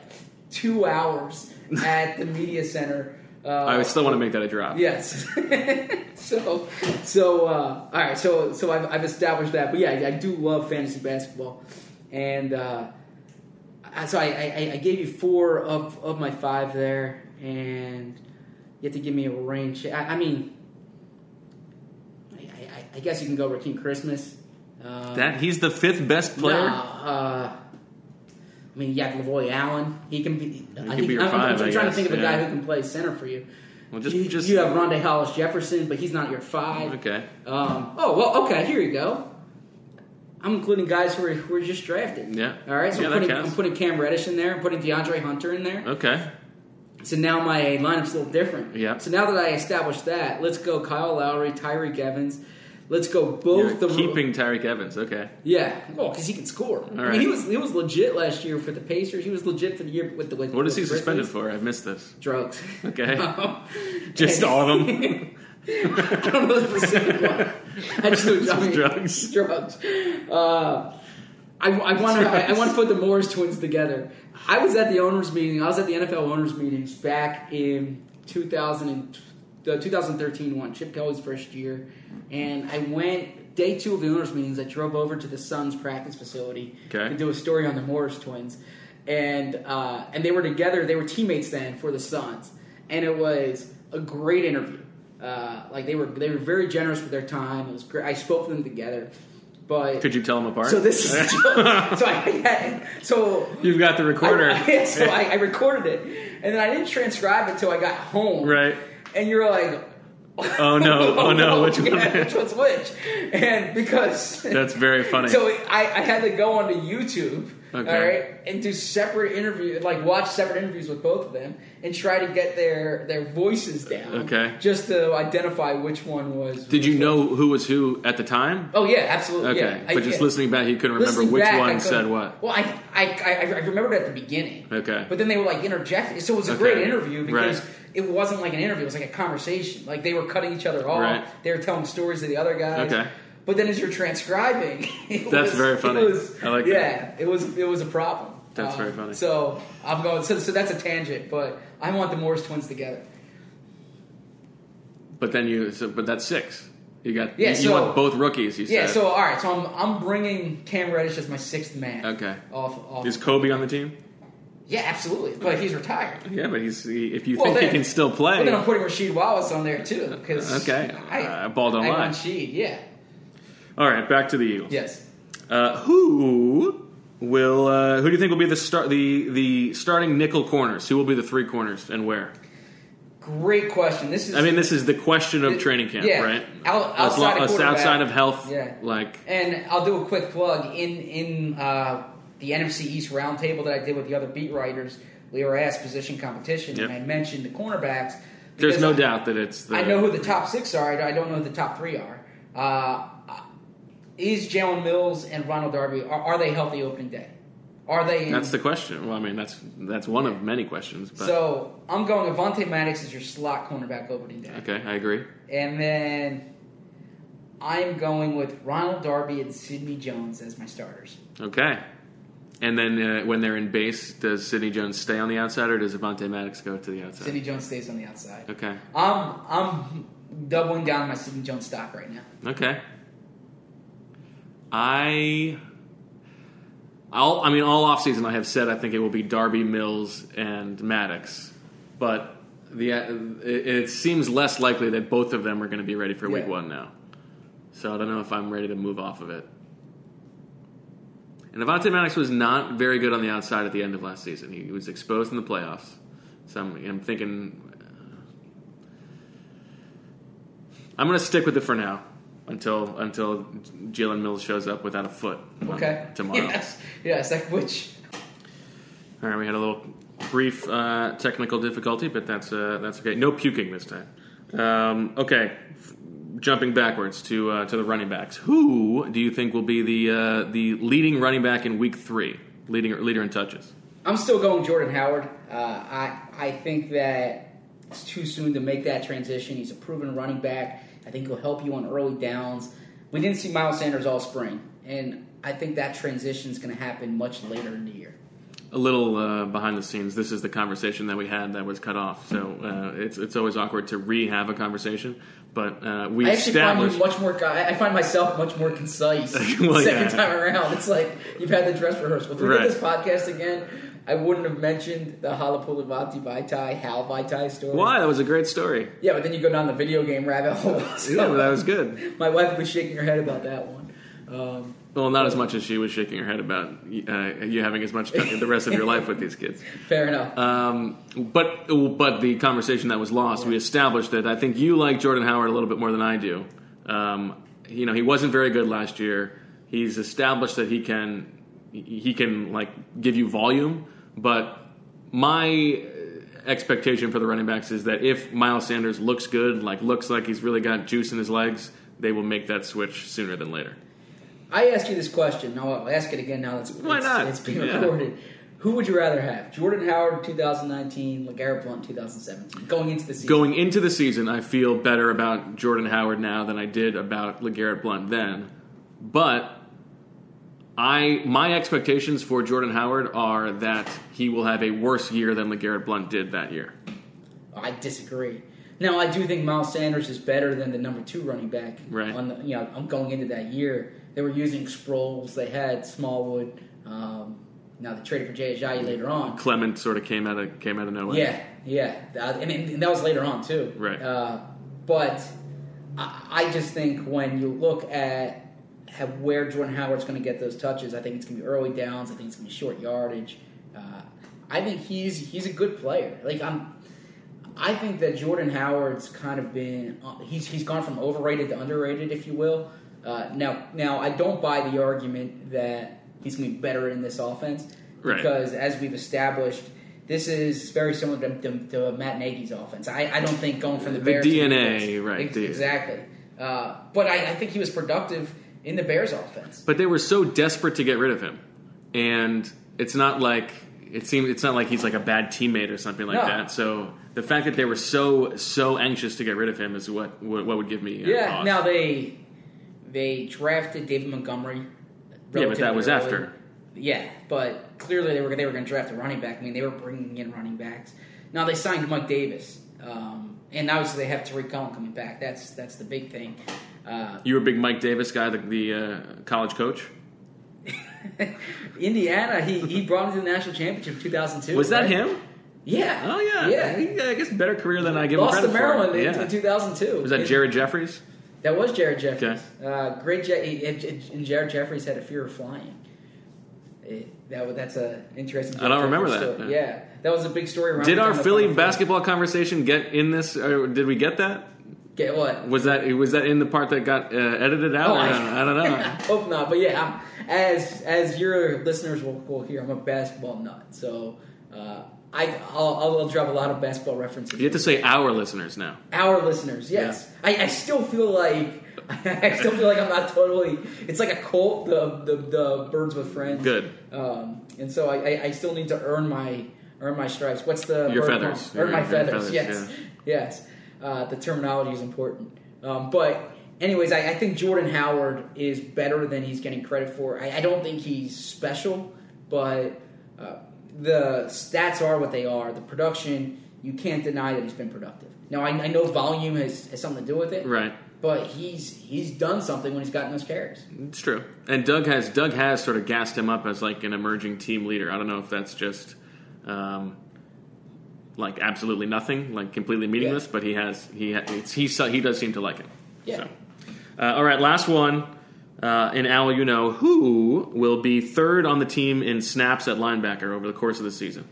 [SPEAKER 5] two hours at the media center. Uh,
[SPEAKER 4] I still want to make that a drop.
[SPEAKER 5] Yes. so, so uh, all right. So, so I've, I've established that. But yeah, I, I do love fantasy basketball, and uh, I, so I, I, I gave you four of, of my five there, and you have to give me a range. I, I mean, I, I, I guess you can go Raheem Christmas. Uh,
[SPEAKER 4] That he's the fifth best player.
[SPEAKER 5] Nah, uh, I mean, you got Lavoy Allen. He can be. I
[SPEAKER 4] could
[SPEAKER 5] think-
[SPEAKER 4] be your
[SPEAKER 5] I'm,
[SPEAKER 4] five,
[SPEAKER 5] I'm trying
[SPEAKER 4] I
[SPEAKER 5] to
[SPEAKER 4] guess,
[SPEAKER 5] think of a guy
[SPEAKER 4] yeah.
[SPEAKER 5] who can play center for you.
[SPEAKER 4] Well, just-
[SPEAKER 5] you,
[SPEAKER 4] just-
[SPEAKER 5] you have Rondé Hollis Jefferson, but he's not your five.
[SPEAKER 4] Okay.
[SPEAKER 5] Um, oh well. Okay. Here you go. I'm including guys who were, who were just drafted.
[SPEAKER 4] Yeah.
[SPEAKER 5] All right. So
[SPEAKER 4] Yeah,
[SPEAKER 5] I'm,
[SPEAKER 4] that
[SPEAKER 5] putting,
[SPEAKER 4] counts.
[SPEAKER 5] I'm putting Cam Reddish in there. I'm putting DeAndre Hunter in there.
[SPEAKER 4] Okay.
[SPEAKER 5] So now my lineup's a little different.
[SPEAKER 4] Yeah.
[SPEAKER 5] So now that I established that, let's go Kyle Lowry, Tyreek Evans. Let's go
[SPEAKER 4] You're
[SPEAKER 5] both the
[SPEAKER 4] keeping Tyreek Evans. Okay.
[SPEAKER 5] yeah, well, because he can score. I mean,
[SPEAKER 4] right.
[SPEAKER 5] he was he was legit last year for the Pacers. He was legit for the year with the with
[SPEAKER 4] What is he
[SPEAKER 5] with the
[SPEAKER 4] suspended
[SPEAKER 5] Grizzlies.
[SPEAKER 4] for? I missed this.
[SPEAKER 5] Drugs.
[SPEAKER 4] Okay.
[SPEAKER 5] Um,
[SPEAKER 4] Just
[SPEAKER 5] and-
[SPEAKER 4] all of them.
[SPEAKER 5] I don't know the specific one. I just know I mean,
[SPEAKER 4] drugs.
[SPEAKER 5] Drugs. Uh, I, I want to I, want to put the Morris twins together. I was at the owners meeting. I was at the NFL owners meetings back in 2000 and, the 2013 one, Chip Kelly's first year, and I went day two of the owners meetings. I drove over to the Suns practice facility
[SPEAKER 4] Okay.
[SPEAKER 5] to do a story on the Morris twins, and uh, and they were together. They were teammates then for the Suns, and it was a great interview. Uh, like they were they were very generous with their time. It was great. I spoke to them together, but
[SPEAKER 4] Could you tell them apart?
[SPEAKER 5] so this is so I had, so
[SPEAKER 4] You've got the recorder.
[SPEAKER 5] I, so I, I recorded it, and then I didn't transcribe it till I got home.
[SPEAKER 4] Right.
[SPEAKER 5] And you're like,
[SPEAKER 4] Oh, no. Oh, no. Which one?
[SPEAKER 5] Yeah, which one's which? And because
[SPEAKER 4] That's very funny.
[SPEAKER 5] so I, I had to go onto YouTube,
[SPEAKER 4] Okay.
[SPEAKER 5] all right, and do separate interviews, like watch separate interviews with both of them, and try to get their their voices down,
[SPEAKER 4] Okay.
[SPEAKER 5] just to identify which one was.
[SPEAKER 4] Did you know who was who at the time?
[SPEAKER 5] Oh yeah, absolutely.
[SPEAKER 4] Okay.
[SPEAKER 5] yeah. I-
[SPEAKER 4] but just
[SPEAKER 5] yeah.
[SPEAKER 4] listening back, you couldn't remember
[SPEAKER 5] Listening
[SPEAKER 4] which
[SPEAKER 5] back, I
[SPEAKER 4] one
[SPEAKER 5] couldn't-
[SPEAKER 4] said what.
[SPEAKER 5] Well, I, I I I remembered it at the beginning.
[SPEAKER 4] Okay.
[SPEAKER 5] But then they were like interjecting, so it was a
[SPEAKER 4] Okay.
[SPEAKER 5] great interview because
[SPEAKER 4] Right.
[SPEAKER 5] it wasn't like an interview; it was like a conversation. Like they were cutting each other off.
[SPEAKER 4] Right.
[SPEAKER 5] They were telling stories to the other guys.
[SPEAKER 4] Okay.
[SPEAKER 5] But then as you're transcribing, it
[SPEAKER 4] That's
[SPEAKER 5] was-
[SPEAKER 4] very funny.
[SPEAKER 5] It was,
[SPEAKER 4] I like that.
[SPEAKER 5] yeah, it was it was a problem. Um,
[SPEAKER 4] That's very funny.
[SPEAKER 5] So I'm going. So, so that's a tangent, but I want the Morris twins together.
[SPEAKER 4] But then you. So, but that's six. You got.
[SPEAKER 5] Yeah,
[SPEAKER 4] You, you
[SPEAKER 5] so-
[SPEAKER 4] want both rookies. You
[SPEAKER 5] Yeah.
[SPEAKER 4] said.
[SPEAKER 5] So all right. So I'm I'm bringing Cam Reddish as my sixth man.
[SPEAKER 4] Okay.
[SPEAKER 5] Off. off.
[SPEAKER 4] Is Kobe on the team?
[SPEAKER 5] yeah, absolutely. But he's retired.
[SPEAKER 4] Yeah, but he's. He, if you
[SPEAKER 5] Well,
[SPEAKER 4] think
[SPEAKER 5] then-
[SPEAKER 4] he can still play,
[SPEAKER 5] Well, then I'm putting Rasheed Wallace on there too. Because
[SPEAKER 4] Okay.
[SPEAKER 5] I,
[SPEAKER 4] Uh, ball don't
[SPEAKER 5] I
[SPEAKER 4] lie.
[SPEAKER 5] want Sheed, yeah,
[SPEAKER 4] all right, back to the Eagles.
[SPEAKER 5] yes.
[SPEAKER 4] Uh, who will? Uh, who do you think will be the start? The the starting nickel corners. Who will be the three corners and where?
[SPEAKER 5] Great question. This is.
[SPEAKER 4] I mean, this is the question of
[SPEAKER 5] It-
[SPEAKER 4] training camp,
[SPEAKER 5] yeah.
[SPEAKER 4] right?
[SPEAKER 5] Out-
[SPEAKER 4] As
[SPEAKER 5] outside
[SPEAKER 4] lo-
[SPEAKER 5] of
[SPEAKER 4] as
[SPEAKER 5] quarterback.
[SPEAKER 4] outside of health,
[SPEAKER 5] Yeah.
[SPEAKER 4] like
[SPEAKER 5] And I'll do a quick plug in in uh, the NFC East roundtable that I did with the other beat writers. We were asked position competition,
[SPEAKER 4] Yep.
[SPEAKER 5] and I mentioned the cornerbacks.
[SPEAKER 4] there's
[SPEAKER 5] because
[SPEAKER 4] no
[SPEAKER 5] I-
[SPEAKER 4] doubt that it's. The,
[SPEAKER 5] I know who the top six are. I I don't know who the top three are. Uh, is Jalen Mills and Ronald Darby are, are they healthy opening day? Are they? In,
[SPEAKER 4] That's the question. Well, I mean, that's that's one of many questions. But
[SPEAKER 5] so I'm going Avante Maddox is your slot cornerback opening day.
[SPEAKER 4] okay, I agree.
[SPEAKER 5] And then I'm going with Ronald Darby and Sidney Jones as my starters.
[SPEAKER 4] Okay. And then uh, when they're in base, does Sidney Jones stay on the outside, or does Avante Maddox go to the outside?
[SPEAKER 5] Sidney Jones stays on the outside.
[SPEAKER 4] Okay.
[SPEAKER 5] I'm I'm doubling down on my Sidney Jones stock right now.
[SPEAKER 4] Okay. I. I'll, I mean, all offseason I have said I think it will be Darby Mills and Maddox, but the uh, it, it seems less likely that both of them are going to be ready for Week
[SPEAKER 5] Yeah.
[SPEAKER 4] One now. So I don't know if I'm ready to move off of it. And Avante Maddox was not very good on the outside at the end of last season. He was exposed in the playoffs, so I'm, I'm thinking uh, I'm gonna stick with it for now until until Jalen Mills shows up without a foot. on-
[SPEAKER 5] Okay.
[SPEAKER 4] Tomorrow.
[SPEAKER 5] Yes. Yes. Like which.
[SPEAKER 4] All right. We had a little brief uh, technical difficulty, but that's uh, that's okay. No puking this time. Um, okay. F- Jumping backwards to uh, to the running backs. Who do you think will be the uh, the leading running back in Week Three? Leading leader in touches.
[SPEAKER 5] I'm still going Jordan Howard. Uh, I I think that it's too soon to make that transition. He's a proven running back. I think he'll help you on early downs. We didn't see Miles Sanders all spring, and I think that transition is going to happen much later in the year.
[SPEAKER 4] a little uh, behind the scenes. This is the conversation that we had that was cut off. So uh, it's it's always awkward to re-have a conversation, but uh, we
[SPEAKER 5] I actually find you
[SPEAKER 4] established.
[SPEAKER 5] much more. I I find myself much more concise
[SPEAKER 4] Well,
[SPEAKER 5] the second
[SPEAKER 4] yeah.
[SPEAKER 5] time around. It's like you've had the dress rehearsal. If we
[SPEAKER 4] Right.
[SPEAKER 5] did this podcast again, I wouldn't have mentioned the Halapulivati Vaitai, Hal Vaitai story.
[SPEAKER 4] Why that was a great story.
[SPEAKER 5] Yeah, but then you go down the video game rabbit hole. So
[SPEAKER 4] Yeah, but that was good.
[SPEAKER 5] My wife was shaking her head about that one. Um,
[SPEAKER 4] Well, not as much as she was shaking her head about uh, you having as much time the rest of your life with these kids.
[SPEAKER 5] fair enough.
[SPEAKER 4] Um, but but the conversation that was lost, we established that I think you like Jordan Howard a little bit more than I do. Um, you know, he wasn't very good last year. He's established that he can he can like give you volume, but my expectation for the running backs is that if Miles Sanders looks good, like looks like he's really got juice in his legs, they will make that switch sooner than later.
[SPEAKER 5] I ask you this question. Now I'll ask it again. Now that's
[SPEAKER 4] Why
[SPEAKER 5] it's,
[SPEAKER 4] not?
[SPEAKER 5] It's being
[SPEAKER 4] Yeah.
[SPEAKER 5] recorded. Who would you rather have, Jordan Howard in 2019, LeGarrette Blunt in 2017, going into the season?
[SPEAKER 4] Going into the season, I feel better about Jordan Howard now than I did about LeGarrette Blunt then. But I my expectations for Jordan Howard are that he will have a worse year than LeGarrette Blunt did that year.
[SPEAKER 5] I disagree. Now I do think Miles Sanders is better than the number two running back.
[SPEAKER 4] Right.
[SPEAKER 5] On the, you know, I'm going into that year. They were using Sproles. They had Smallwood. Um, now they traded for Jay Ajayi later on.
[SPEAKER 4] Clement sort of came out of came out of nowhere.
[SPEAKER 5] Yeah, yeah, That- and, and that was later on too.
[SPEAKER 4] Right.
[SPEAKER 5] Uh, but I, I just think when you look at at where Jordan Howard's going to get those touches, I think it's going to be early downs. I think it's going to be short yardage. Uh, I think he's he's a good player. Like I'm. I think that Jordan Howard's kind of been uh, he's he's gone from overrated to underrated, if you will. Uh, now now I don't buy the argument that he's going to be better in this offense
[SPEAKER 4] Right.
[SPEAKER 5] because as we've established, this is very similar to, to, to Matt Nagy's offense. I, I don't think going from the
[SPEAKER 4] The
[SPEAKER 5] Bears to
[SPEAKER 4] DNA,
[SPEAKER 5] Eagles-
[SPEAKER 4] right,
[SPEAKER 5] ex-
[SPEAKER 4] the-
[SPEAKER 5] exactly. Uh, but I, I think he was productive in the Bears offense.
[SPEAKER 4] But they were so desperate to get rid of him, and it's not like it seemed. It's not like he's like a bad teammate or something like
[SPEAKER 5] No.
[SPEAKER 4] that. So the fact that they were so so anxious to get rid of him is what what, what would give me uh,
[SPEAKER 5] Yeah.
[SPEAKER 4] pause.
[SPEAKER 5] Now they they drafted David Montgomery.
[SPEAKER 4] Yeah, but that was
[SPEAKER 5] relatively
[SPEAKER 4] after.
[SPEAKER 5] early. Yeah, but clearly they were they were going to draft a running back. I mean, they were bringing in running backs. Now they signed Mike Davis, um, and obviously they have Tariq Cohen coming back. That's that's the big thing. Uh,
[SPEAKER 4] You were a big Mike Davis guy, the, the uh, college coach.
[SPEAKER 5] Indiana, he, he brought him to the national championship in 2002.
[SPEAKER 4] Was that
[SPEAKER 5] right?
[SPEAKER 4] him?
[SPEAKER 5] Yeah.
[SPEAKER 4] Oh yeah,
[SPEAKER 5] Yeah.
[SPEAKER 4] He- I guess better career than I give
[SPEAKER 5] Lost to
[SPEAKER 4] him credit for.
[SPEAKER 5] Maryland in,
[SPEAKER 4] yeah.
[SPEAKER 5] in 2002.
[SPEAKER 4] Was that
[SPEAKER 5] It-
[SPEAKER 4] Jared Jeffries?
[SPEAKER 5] That was Jared Jeffries. Uh, great, Je- it- it- it- and Jared Jeffries had a fear of flying. It, that was, that's a interesting.
[SPEAKER 4] I don't
[SPEAKER 5] Jared
[SPEAKER 4] remember
[SPEAKER 5] Jeffries
[SPEAKER 4] that,
[SPEAKER 5] story.
[SPEAKER 4] yeah.
[SPEAKER 5] Yeah. that was a big story. around
[SPEAKER 4] Did
[SPEAKER 5] the
[SPEAKER 4] our
[SPEAKER 5] time of
[SPEAKER 4] Philly
[SPEAKER 5] Final Four.
[SPEAKER 4] basketball conversation get in this? Or did we get that?
[SPEAKER 5] Get what?
[SPEAKER 4] Was that was that in the part that got uh, edited out?
[SPEAKER 5] Oh,
[SPEAKER 4] I,
[SPEAKER 5] I-
[SPEAKER 4] don't, I don't know.
[SPEAKER 5] Hope not. But yeah, I'm, as as your listeners will, will hear, I'm a basketball nut. So uh, I I'll, I'll, I'll drop a lot of basketball references.
[SPEAKER 4] you have to say our listeners now.
[SPEAKER 5] our listeners. Yes, I, I still feel like I still feel like I'm not totally. It's like a cult, the the, the birds with friends.
[SPEAKER 4] Good.
[SPEAKER 5] Um, and so I, I, I still need to earn my earn my stripes. What's the
[SPEAKER 4] Your
[SPEAKER 5] bird
[SPEAKER 4] feathers.
[SPEAKER 5] call? Earn
[SPEAKER 4] Your-
[SPEAKER 5] my
[SPEAKER 4] your
[SPEAKER 5] feathers.
[SPEAKER 4] feathers,
[SPEAKER 5] Yes, yes. Uh, the terminology is important. Um, but anyways, I, I think Jordan Howard is better than he's getting credit for. I, I don't think he's special, but uh, the stats are what they are. The production, you can't deny that he's been productive. Now I, I know volume has, has something to do with it,
[SPEAKER 4] Right.
[SPEAKER 5] But he's he's done something when he's gotten those carries.
[SPEAKER 4] It's true. And Doug has Doug has sort of gassed him up as like an emerging team leader. I don't know if that's just um, like absolutely nothing, like completely meaningless. But he has he ha- it's, he so- he does seem to like him.
[SPEAKER 5] Yeah.
[SPEAKER 4] So. Uh, all right, last one. Uh, and Al, you know who will be third on the team in snaps at linebacker over the course of the season?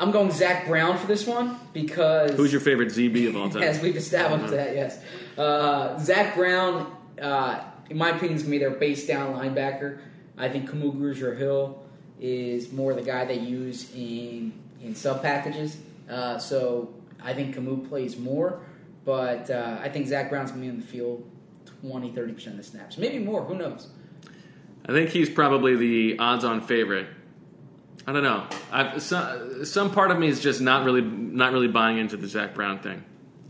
[SPEAKER 5] I'm going Zach Brown for this one because
[SPEAKER 4] Who's your Mm-hmm. favorite ZB of all time?
[SPEAKER 5] Yes, we've established that. Yes, uh, Zach Brown, uh, in my opinion, is going to be their base down linebacker. I think Kamu Grugier Hill is more the guy they use in in sub packages. Uh, so I think Kamu plays more, but uh, I think Zach Brown's going to be in the field 20, 30 percent of the snaps, maybe more. Who knows?
[SPEAKER 4] I think he's probably the odds-on favorite. I don't know. I've, some, some part of me is just not really not really buying into the Zach Brown thing.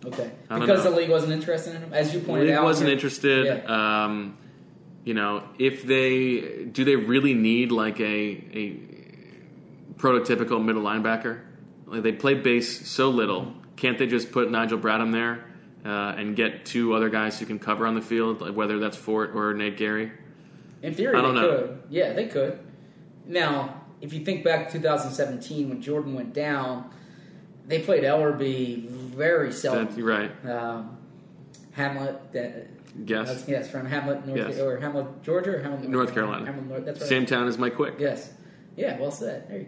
[SPEAKER 5] Okay,
[SPEAKER 4] I don't
[SPEAKER 5] because
[SPEAKER 4] know.
[SPEAKER 5] the league wasn't interested in him, as you pointed
[SPEAKER 4] League
[SPEAKER 5] out.
[SPEAKER 4] wasn't
[SPEAKER 5] here-
[SPEAKER 4] interested. Um, you know, if they do, they really need like a a prototypical middle linebacker. Like they play base so little. Can't they just put Nigel Bradham there uh, and get two other guys who can cover on the field, like whether that's Fort or Nate Gary?
[SPEAKER 5] In theory,
[SPEAKER 4] I don't
[SPEAKER 5] they
[SPEAKER 4] know.
[SPEAKER 5] could. Yeah, they could. Now, if you think back to 2017 when Jordan went down, they played Ellerby very
[SPEAKER 4] That's,
[SPEAKER 5] seldom.
[SPEAKER 4] you're right.
[SPEAKER 5] Um, Hamlet, that,
[SPEAKER 4] Yes.
[SPEAKER 5] yes, from Hamlet, North
[SPEAKER 4] Yes.
[SPEAKER 5] or Hamlet, Georgia, or Hamlet,
[SPEAKER 4] North Carolina.
[SPEAKER 5] Hamlet, North, that's right.
[SPEAKER 4] Same town as Mike Quick.
[SPEAKER 5] Yes. Yeah, well said. There you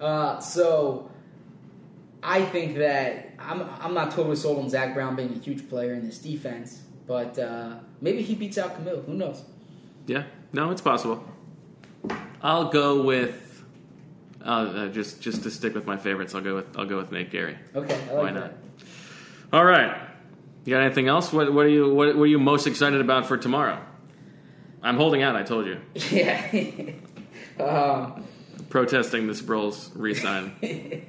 [SPEAKER 5] go. Uh, so I think that I'm I'm not totally sold on Zach Brown being a huge player in this defense, but uh, maybe he beats out Camille. Who knows?
[SPEAKER 4] Yeah, no, it's possible. I'll go with uh, uh, just just to stick with my favorites. I'll go with I'll go with Nate Gary.
[SPEAKER 5] Okay, I like
[SPEAKER 4] Why
[SPEAKER 5] that.
[SPEAKER 4] not? All right. You got anything else? What what are you what, what are you most excited about for tomorrow? I'm holding out. I told you,
[SPEAKER 5] Yeah. um,
[SPEAKER 4] protesting this Broles resign.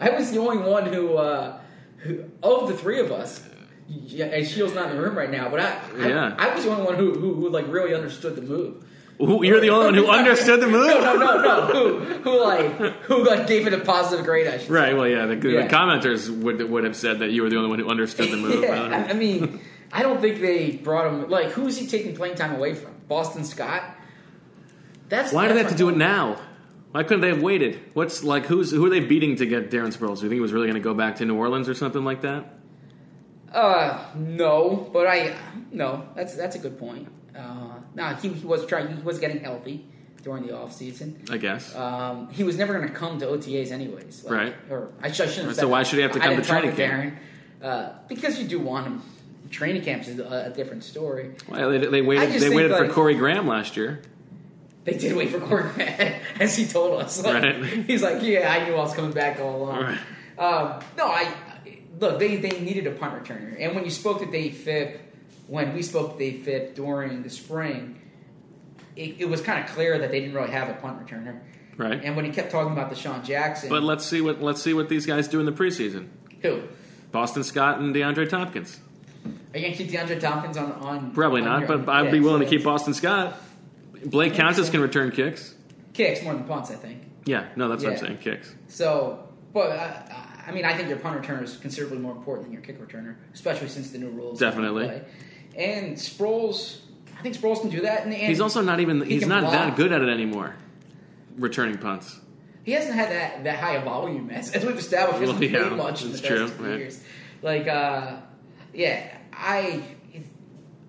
[SPEAKER 5] I was the only one who, uh, who of the three of us, yeah, and Shield's not in the room right now, but I, I,
[SPEAKER 4] Yeah.
[SPEAKER 5] I was the only one who, who, who like really understood the move.
[SPEAKER 4] Ooh, you're the only one who understood the
[SPEAKER 5] No,
[SPEAKER 4] move.
[SPEAKER 5] no, no, no. who, who like, who like gave it a positive grade? I should.
[SPEAKER 4] Right. Well, yeah. The, the
[SPEAKER 5] Yeah.
[SPEAKER 4] commenters would would have said that you were the only one who understood the move.
[SPEAKER 5] yeah,
[SPEAKER 4] rather than-
[SPEAKER 5] I, I mean, I don't think they brought him. Like, who is he taking playing time away from? Boston Scott. That's
[SPEAKER 4] Why do they have
[SPEAKER 5] that's
[SPEAKER 4] to do
[SPEAKER 5] my-
[SPEAKER 4] it now? Why couldn't they have waited? What's like who's who are they beating to get Darren Sproles? Do you think he was really going to go back to New Orleans or something like that?
[SPEAKER 5] Uh, no, but I no. That's that's a good point. Uh, nah, he, he was trying. He was getting healthy during the off season.
[SPEAKER 4] I guess.
[SPEAKER 5] Um, he was never going to come to OTAs anyways, like,
[SPEAKER 4] Right.
[SPEAKER 5] Or I, sh- I shouldn't. Have
[SPEAKER 4] So
[SPEAKER 5] said
[SPEAKER 4] why
[SPEAKER 5] that.
[SPEAKER 4] should he have to
[SPEAKER 5] I
[SPEAKER 4] come to
[SPEAKER 5] didn't talk
[SPEAKER 4] training
[SPEAKER 5] Darren, uh, because you do want him. Training camps is a, a different story.
[SPEAKER 4] Well, they, they
[SPEAKER 5] I
[SPEAKER 4] waited.
[SPEAKER 5] just
[SPEAKER 4] They
[SPEAKER 5] think,
[SPEAKER 4] waited
[SPEAKER 5] like-
[SPEAKER 4] for Corey Graham last year.
[SPEAKER 5] They did wait for Gordon, as he told us. Like,
[SPEAKER 4] Right.
[SPEAKER 5] He's like, yeah, I knew I was coming back all along.
[SPEAKER 4] Right.
[SPEAKER 5] Um, no, I look. They they needed a punt returner, and when you spoke to Dave Phipp, when we spoke to Dave Phipp during the spring, it, it was kind of clear that they didn't really have a punt returner.
[SPEAKER 4] Right.
[SPEAKER 5] And when he kept talking about Deshaun Jackson,
[SPEAKER 4] But let's see what let's see what these guys do in the preseason.
[SPEAKER 5] who
[SPEAKER 4] Boston Scott and DeAndre Tompkins.
[SPEAKER 5] are you gonna keep DeAndre Tompkins on? on
[SPEAKER 4] Probably
[SPEAKER 5] on
[SPEAKER 4] not,
[SPEAKER 5] your-
[SPEAKER 4] but I'd
[SPEAKER 5] yeah,
[SPEAKER 4] be willing
[SPEAKER 5] so-
[SPEAKER 4] to keep Boston Scott. Blake Countess can return kicks.
[SPEAKER 5] kicks more than punts. I think.
[SPEAKER 4] Yeah, no, that's what
[SPEAKER 5] Yeah.
[SPEAKER 4] I'm saying. Kicks.
[SPEAKER 5] So, but uh, I mean, I think your punt returner is considerably more important than your kick returner, especially since the new rules.
[SPEAKER 4] Definitely.
[SPEAKER 5] play. And Sproles, I think Sproles can do that. And, and
[SPEAKER 4] He's also not even.
[SPEAKER 5] He
[SPEAKER 4] He's
[SPEAKER 5] can
[SPEAKER 4] not
[SPEAKER 5] block.
[SPEAKER 4] that good at it anymore. Returning punts.
[SPEAKER 5] he hasn't had that, that high a volume as, as we've established. He
[SPEAKER 4] Well,
[SPEAKER 5] hasn't
[SPEAKER 4] yeah,
[SPEAKER 5] played much in the
[SPEAKER 4] that's
[SPEAKER 5] past
[SPEAKER 4] true,
[SPEAKER 5] few
[SPEAKER 4] right.
[SPEAKER 5] years. Like, uh, yeah, I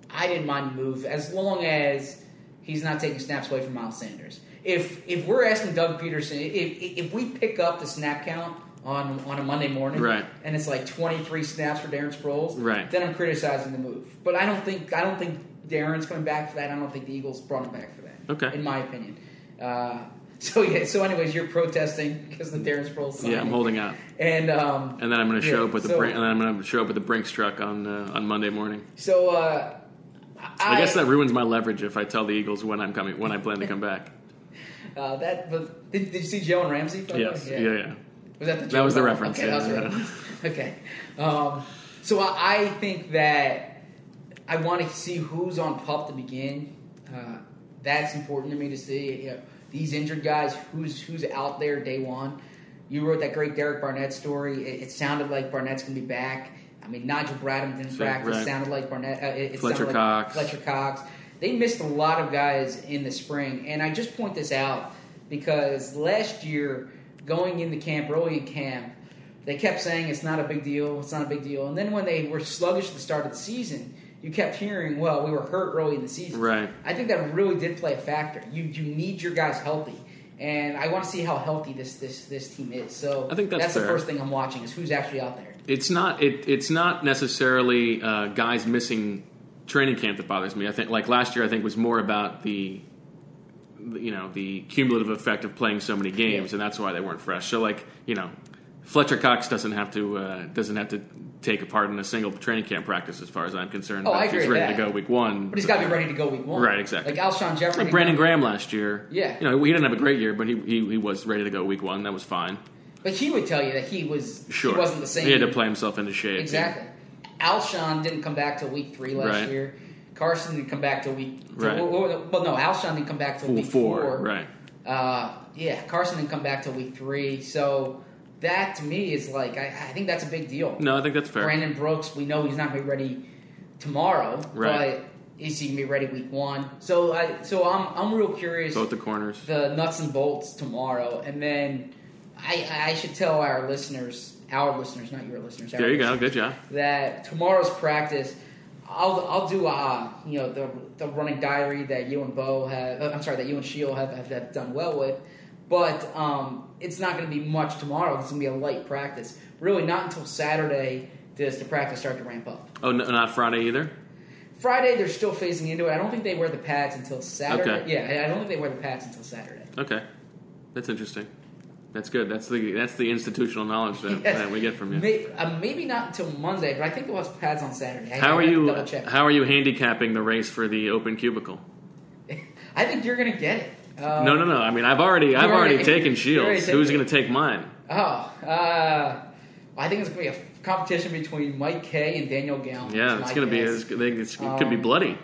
[SPEAKER 5] I didn't mind the move as long as he's not taking snaps away from Miles Sanders. If if we're asking Doug Peterson, if if we pick up the snap count on on a Monday morning,
[SPEAKER 4] Right.
[SPEAKER 5] and it's like twenty three snaps for Darren Sproles,
[SPEAKER 4] Right.
[SPEAKER 5] then I'm criticizing the move. But I don't think I don't think Darren's coming back for that. I don't think the Eagles brought him back for that.
[SPEAKER 4] Okay.
[SPEAKER 5] in my opinion. Uh, so yeah. So anyways, you're protesting because the Darren Sproles. Signing.
[SPEAKER 4] Yeah, I'm holding out.
[SPEAKER 5] And um,
[SPEAKER 4] And then I'm going to show
[SPEAKER 5] Yeah,
[SPEAKER 4] up with the
[SPEAKER 5] so-
[SPEAKER 4] Brin- and then I'm going to show up with the Brinks truck on uh, on Monday morning.
[SPEAKER 5] so uh, I,
[SPEAKER 4] I, guess that ruins my leverage if I tell the Eagles when I'm coming when I plan to come back.
[SPEAKER 5] Uh, that but did, did you see Joe and Ramsey? by the way?
[SPEAKER 4] yes, yeah, yeah.
[SPEAKER 5] Was that the
[SPEAKER 4] That was the
[SPEAKER 5] joke?
[SPEAKER 4] reference,
[SPEAKER 5] Okay,
[SPEAKER 4] yeah.
[SPEAKER 5] that was the reference. okay. Um, so I, I think that I want to see who's on pup to begin. Uh, that's important to me to see you know, these injured guys. Who's who's out there day one? You wrote that great Derek Barnett story. It, it sounded like Barnett's gonna be back. I mean, Nigel Bradham didn't
[SPEAKER 4] Sure,
[SPEAKER 5] practice.
[SPEAKER 4] right.
[SPEAKER 5] Sounded like Barnett. Uh, it, it
[SPEAKER 4] Fletcher
[SPEAKER 5] sounded like
[SPEAKER 4] Cox.
[SPEAKER 5] Fletcher Cox. They missed a lot of guys in the spring, and I just point this out because last year, going into camp, early in camp, they kept saying it's not a big deal, it's not a big deal, and then when they were sluggish at the start of the season, you kept hearing, "Well, we were hurt early in the season."
[SPEAKER 4] Right.
[SPEAKER 5] I think that really did play a factor. You you need your guys healthy, and I want to see how healthy this this this team is. So
[SPEAKER 4] I think that's
[SPEAKER 5] the
[SPEAKER 4] fair.
[SPEAKER 5] first thing I'm watching is who's actually out there.
[SPEAKER 4] it's not it, it's not necessarily uh, guys missing training camp that bothers me. I think like last year, I think was more about the the- you know the cumulative effect of playing so many games, and that's why they weren't fresh. So like you know, Fletcher Cox doesn't have to uh, doesn't have to take a part in a single training camp practice, as far as I'm concerned.
[SPEAKER 5] Oh,
[SPEAKER 4] But
[SPEAKER 5] I
[SPEAKER 4] if
[SPEAKER 5] agree
[SPEAKER 4] he's
[SPEAKER 5] with
[SPEAKER 4] ready
[SPEAKER 5] that.
[SPEAKER 4] to go week one,
[SPEAKER 5] But he's got to be ready to go week one,
[SPEAKER 4] Right, exactly.
[SPEAKER 5] Like Alshon Jeffrey,
[SPEAKER 4] Like Brandon Graham last year,
[SPEAKER 5] Yeah.
[SPEAKER 4] you know he didn't have a great year, but he, he he was ready to go week one. That was fine.
[SPEAKER 5] But he would tell you that he was
[SPEAKER 4] Sure,
[SPEAKER 5] he wasn't the same.
[SPEAKER 4] He had to play himself into shape. yeah.
[SPEAKER 5] Exactly. Alshon didn't come back till week three last
[SPEAKER 4] Right.
[SPEAKER 5] year. Carson didn't come back till week. till-
[SPEAKER 4] Right.
[SPEAKER 5] Well, well, no, Alshon didn't come back till
[SPEAKER 4] Full
[SPEAKER 5] week
[SPEAKER 4] four,
[SPEAKER 5] four.
[SPEAKER 4] right?
[SPEAKER 5] Uh, yeah, Carson didn't come back till week three. So that to me is like I, I think that's a big deal.
[SPEAKER 4] No, I think that's fair.
[SPEAKER 5] Brandon Brooks, we know he's not going to be ready tomorrow,
[SPEAKER 4] Right.
[SPEAKER 5] but is he going to be ready week one? So I so I'm I'm real curious
[SPEAKER 4] Both the corners.
[SPEAKER 5] the nuts and bolts tomorrow, and then I I should tell our listeners, our listeners, not your listeners. Our
[SPEAKER 4] There you go.
[SPEAKER 5] listeners,
[SPEAKER 4] Good job.
[SPEAKER 5] That tomorrow's practice, I'll I'll do uh you know the the running diary that you and Bo have. uh, I'm sorry that you and Sheil have, have have done well with, but um it's not going to be much tomorrow. It's going to be a light practice. Really, not until Saturday does the practice start to ramp up.
[SPEAKER 4] Oh, no, not Friday either.
[SPEAKER 5] Friday, they're still phasing into it. I don't think they wear the pads until Saturday.
[SPEAKER 4] Okay.
[SPEAKER 5] Yeah, I- I don't think they wear the pads until Saturday.
[SPEAKER 4] Okay, that's interesting. That's good. That's the that's the institutional knowledge that,
[SPEAKER 5] Yes.
[SPEAKER 4] that we get from you.
[SPEAKER 5] May, uh, maybe not until Monday, but I think it was pads on Saturday. I-
[SPEAKER 4] How
[SPEAKER 5] I
[SPEAKER 4] are
[SPEAKER 5] have to
[SPEAKER 4] you?
[SPEAKER 5] Double check.
[SPEAKER 4] How are you handicapping the race for the open cubicle?
[SPEAKER 5] I think you're gonna get it. Uh,
[SPEAKER 4] no, no, no. I mean, I've already I've already,
[SPEAKER 5] already-
[SPEAKER 4] taken
[SPEAKER 5] you
[SPEAKER 4] Shields.
[SPEAKER 5] already taken
[SPEAKER 4] Who's
[SPEAKER 5] it.
[SPEAKER 4] going to take mine?
[SPEAKER 5] Oh, uh, I think it's gonna be a f- competition between Mike Kay and Daniel Gallen.
[SPEAKER 4] Yeah,
[SPEAKER 5] is
[SPEAKER 4] it's
[SPEAKER 5] my
[SPEAKER 4] going to be.
[SPEAKER 5] guess.
[SPEAKER 4] It's, they- it's, it could be
[SPEAKER 5] Um,
[SPEAKER 4] bloody.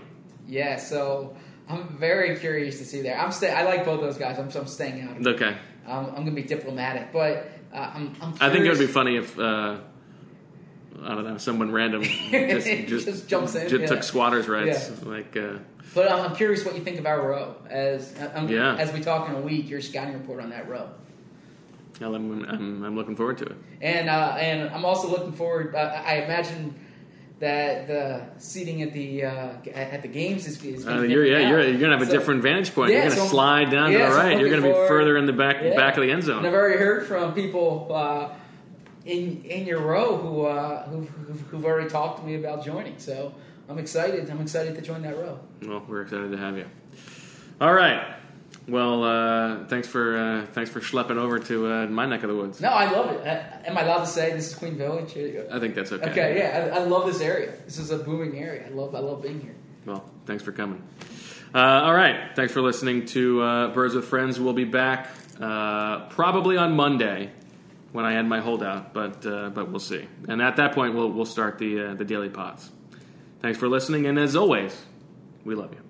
[SPEAKER 5] Yeah, so I'm very curious to see there. I'm stay. I like both those guys. I'm so I'm staying out. Of it.
[SPEAKER 4] Okay,
[SPEAKER 5] Um, I'm gonna be diplomatic, but uh, I'm. I'm
[SPEAKER 4] I think it would
[SPEAKER 5] curious.
[SPEAKER 4] be funny if. Uh, I don't know. Someone random just just,
[SPEAKER 5] Just jumps in,
[SPEAKER 4] just
[SPEAKER 5] yeah.
[SPEAKER 4] took squatters' rights.
[SPEAKER 5] Yeah.
[SPEAKER 4] Like, uh,
[SPEAKER 5] But I'm, I'm curious what you think of our row as i I'm-
[SPEAKER 4] Yeah.
[SPEAKER 5] as we talk in a week. Your scouting report on that row.
[SPEAKER 4] well, I'm, I'm I'm looking forward to it.
[SPEAKER 5] And uh, and I'm also looking forward. Uh, I imagine that the seating at the uh, at the games is, is
[SPEAKER 4] Uh,
[SPEAKER 5] going to be
[SPEAKER 4] you're, yeah,
[SPEAKER 5] different
[SPEAKER 4] you're,
[SPEAKER 5] now.
[SPEAKER 4] you're gonna have a
[SPEAKER 5] So-
[SPEAKER 4] different vantage point.
[SPEAKER 5] Yeah,
[SPEAKER 4] you're gonna
[SPEAKER 5] so I'm-
[SPEAKER 4] slide down to
[SPEAKER 5] yeah,
[SPEAKER 4] the
[SPEAKER 5] so I'm
[SPEAKER 4] right. You're
[SPEAKER 5] looking
[SPEAKER 4] gonna be
[SPEAKER 5] forward-
[SPEAKER 4] further in the back
[SPEAKER 5] yeah.
[SPEAKER 4] back of the end zone.
[SPEAKER 5] And I've already heard from people uh, in in your row who uh, who've, who've, who've already talked to me about joining. So I'm excited. I'm excited to join that row.
[SPEAKER 4] Well, we're excited to have you. All right. Well, uh, thanks for uh, thanks for schlepping over to uh, my neck of the woods.
[SPEAKER 5] No, I love it. I, am I allowed to say this is Queen Village? Here you go.
[SPEAKER 4] I think that's okay.
[SPEAKER 5] Okay, yeah, I, I love this area. This is a booming area. I love I love being here.
[SPEAKER 4] Well, thanks for coming. Uh, all right. Thanks for listening to uh, Birds with Friends. We'll be back uh, probably on Monday when I end my holdout, but uh, but we'll see. And at that point, we'll we'll start the uh, the daily pods. Thanks for listening, and as always, we love you.